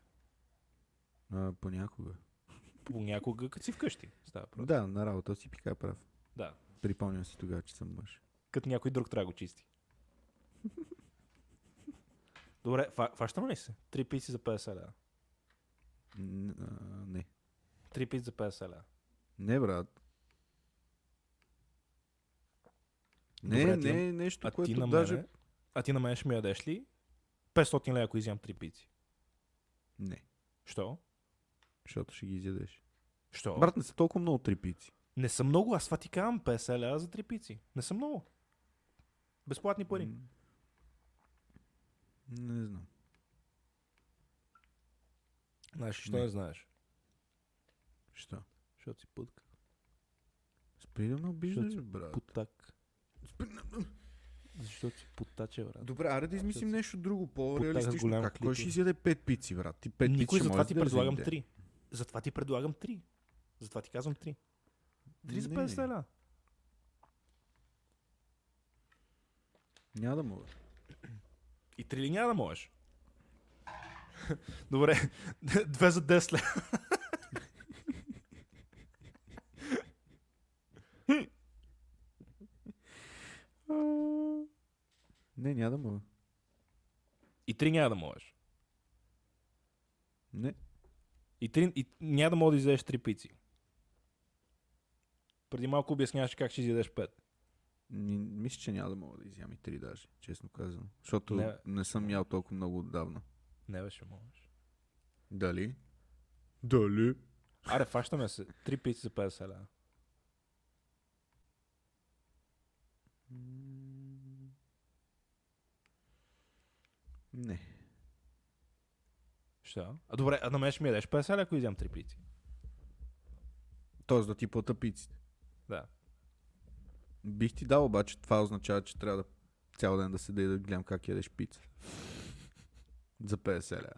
Speaker 2: А, понякога.
Speaker 1: Понякога, като си вкъщи. Става просто.
Speaker 2: Да, на работа си пика прав.
Speaker 1: Да.
Speaker 2: Припомням си тогава, че съм мъж.
Speaker 1: като някой друг трябва да го чисти. Добре, фа- фащам ли се? Три пици за 50 лева.
Speaker 2: Н- а, Не.
Speaker 1: Три пици за 50 лева.
Speaker 2: Не, брат. Не,
Speaker 1: Добре, а ти
Speaker 2: не е нещо,
Speaker 1: А ти,
Speaker 2: което
Speaker 1: на мене,
Speaker 2: даже...
Speaker 1: а ти на мен ще ми ядеш ли 500 лева, ако изям три пици?
Speaker 2: Не,
Speaker 1: Що?
Speaker 2: защото ще ги изядеш.
Speaker 1: Що?
Speaker 2: Брат, не са толкова много трипици.
Speaker 1: Не съм много, аз това ти казвам 50 лева за три пици. Не съм много. Безплатни пари.
Speaker 2: М. Не знам.
Speaker 1: Знаеш, ли, що
Speaker 2: Не.
Speaker 1: не знаеш?
Speaker 2: Що?
Speaker 1: Защото си путка.
Speaker 2: Спри да ме обиждаш,
Speaker 1: Защото
Speaker 2: брат.
Speaker 1: Путак. Защото си путаче, брат.
Speaker 2: Добре, аре да измислим
Speaker 1: Защото-
Speaker 2: нещо друго,
Speaker 1: Подтагах
Speaker 2: по-реалистично.
Speaker 1: голямо
Speaker 2: Как? Кой
Speaker 1: клипе.
Speaker 2: ще изяде пет пици, брат? Ти пет
Speaker 1: Никой,
Speaker 2: пици
Speaker 1: затова ти предлагам три. Затова ти предлагам три. Затова ти казвам три. Три за 50
Speaker 2: лева.
Speaker 1: лева.
Speaker 2: Няма да мога.
Speaker 1: И три ли няма да можеш? Добре, две за 10 лева.
Speaker 2: Не, няма да мога.
Speaker 1: И три няма да можеш.
Speaker 2: Не.
Speaker 1: И, три, и няма да можеш да изядеш три пици. Преди малко обясняваш как ще изядеш пет.
Speaker 2: Ми- Мисля, че няма да мога да изям и три даже, честно казвам. Защото не,
Speaker 1: Не.
Speaker 2: не съм ял толкова много отдавна.
Speaker 1: Не беше можеш.
Speaker 2: Дали? Дали?
Speaker 1: Аре, фащаме се. Три пици за 50 лева.
Speaker 2: Не.
Speaker 1: Що? А добре, а на мен ще ми ядеш 50 лева, ако изям три пици.
Speaker 2: Тоест да ти плата пиците.
Speaker 1: Да.
Speaker 2: Бих ти дал, обаче това означава, че трябва да цял ден да седя и да гледам как ядеш пица. За 50 лева.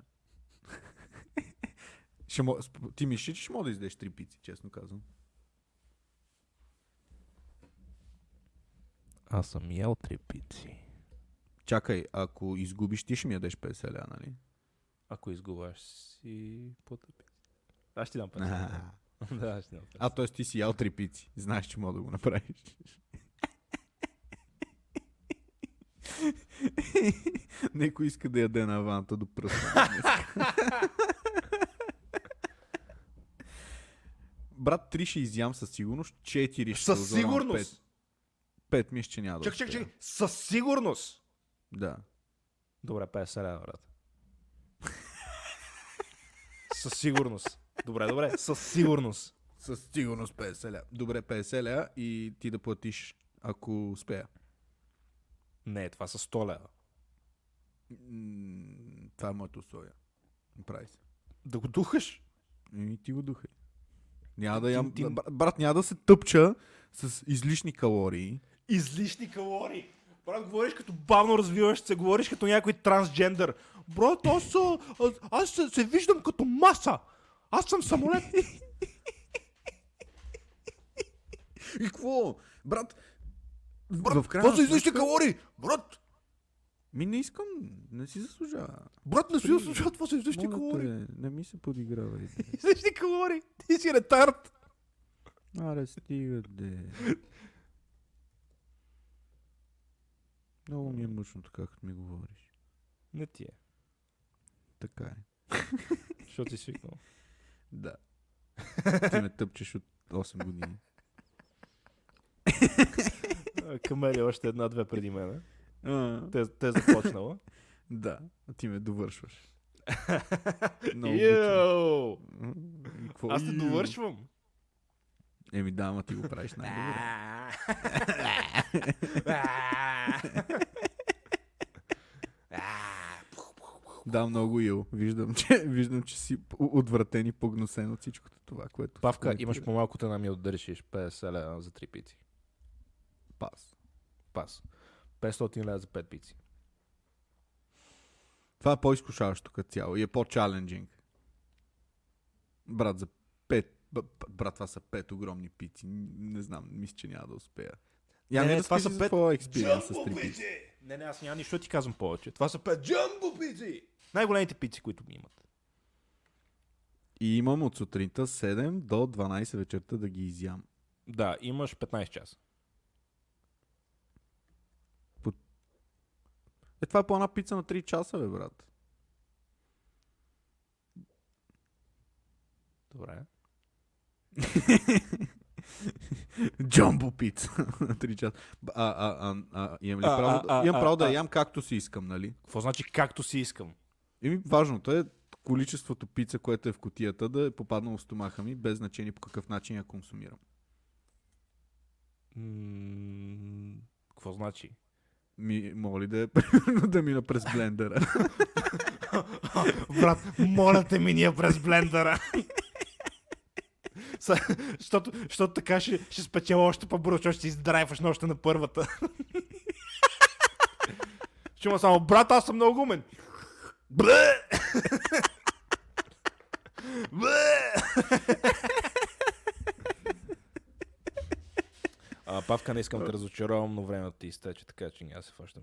Speaker 2: Ще мо... сп- Ти мислиш, ли, че ще мога да издеш три пици, честно казвам.
Speaker 1: Аз съм ял три пици.
Speaker 2: Чакай, ако изгубиш, ти ще ми ядеш 50 лева, нали?
Speaker 1: Ако изгубаш си плата пици. Аз ще ти дам 50 лева. да, аз ще ти дам 50
Speaker 2: А, т.е. ти си ял три пици. Знаеш, че мога да го направиш. Некой иска да яде на ванта до пръста. Брат, три ще изям със сигурност, четири ще
Speaker 1: Със
Speaker 2: озовам,
Speaker 1: сигурност!
Speaker 2: Пет, пет мисля, че няма да
Speaker 1: Чак, чак,
Speaker 2: успея.
Speaker 1: чак. Със сигурност!
Speaker 2: Да.
Speaker 1: Добре, 50 лева, брат. Със сигурност. Добре, добре. Със сигурност.
Speaker 2: Със сигурност 50 ля. Добре, 50 ля и ти да платиш, ако успея.
Speaker 1: Не, това са 100 лева.
Speaker 2: М, Това е моето условие. Прави се.
Speaker 1: Да го духаш?
Speaker 2: И Ами, ти го духай. Няма да
Speaker 1: ти-
Speaker 2: ям,
Speaker 1: ти-
Speaker 2: бра- брат, няма да се тъпча с излишни калории.
Speaker 1: Излишни калории. Брат, говориш като бавно развиващ се, говориш като някой трансджендър. Брат, аз, са, аз, аз се, се виждам като маса. Аз съм самолет.
Speaker 2: И какво? Брат, в крайна
Speaker 1: Това са излишни
Speaker 2: сметка-
Speaker 1: калории. Брат,
Speaker 2: Ми не искам, не си заслужава.
Speaker 1: брат, не си
Speaker 2: Ти-
Speaker 1: заслужава, това са излишни
Speaker 2: Моля
Speaker 1: калории.
Speaker 2: Те, не ми се подигравай. бе.
Speaker 1: Излишни калории. Ти си ретард.
Speaker 2: Аре, стига, де. Много ми е мъчно така, като ми говориш.
Speaker 1: Не ти е,
Speaker 2: Така е.
Speaker 1: защото си свикнал.
Speaker 2: Да. Ти ме тъпчеш от 8 години.
Speaker 1: Камели още една-две преди мене.
Speaker 2: А,
Speaker 1: Те, те е започнала.
Speaker 2: да, а ти ме довършваш. Много обичам.
Speaker 1: Йоу!
Speaker 2: М, и какво?
Speaker 1: Аз те
Speaker 2: Иу.
Speaker 1: довършвам.
Speaker 2: Еми да, ама ти го правиш най-добре. да, много ил. Виждам, че, виждам, че си у- отвратен и погносен от всичкото това, което...
Speaker 1: Павка,
Speaker 2: което
Speaker 1: имаш
Speaker 2: е.
Speaker 1: по-малко от една ми да решиш 50 лева за 3 пици.
Speaker 2: пас.
Speaker 1: Пас. 500 лева за 5 пици.
Speaker 2: Това е по-изкушаващо като цяло и е по-чаленджинг. Брат, за пет... б- б- Брат, това са пет огромни пици. Н- Не знам, мисля, че няма да успея. Я
Speaker 1: Не,
Speaker 2: ми
Speaker 1: не,
Speaker 2: да
Speaker 1: това
Speaker 2: това
Speaker 1: са пет-
Speaker 2: са пет... Твоя експириенс с три пици.
Speaker 1: Не, не, аз няма нищо да ти казвам повече. Това са 5 джамбо пици! Най-големите пици, които ми имат.
Speaker 2: И имам от сутринта 7 до 12 вечерта да ги изям.
Speaker 1: Да, имаш 15 часа.
Speaker 2: Е, това е по една пица на 3 часа, бе, брат.
Speaker 1: Добре.
Speaker 2: Джамбо пица на 3 часа. Б- А, а, а, а, имам ли
Speaker 1: А,
Speaker 2: право,
Speaker 1: а,
Speaker 2: да-
Speaker 1: а,
Speaker 2: имам
Speaker 1: а,
Speaker 2: право да
Speaker 1: а.
Speaker 2: я ям както си искам, нали?
Speaker 1: Какво значи както си искам?
Speaker 2: И важното е количеството пица, което е в котията, да е попаднало в стомаха ми, без значение по какъв начин я консумирам.
Speaker 1: М, Какво значи?
Speaker 2: Ми, мога ли да е, примерно, да мина през блендера?
Speaker 1: Брат, моля те ми ние през блендера. Са- Защото, защото така ще, ще спечеля още по-бързо, защото ще издрайваш на още на първата. Ще има само, брат, аз съм много умен. Бле! Бле! А, Павка, не искам да те разочаровам, но времето ти изтече, така че няма да се фащаме.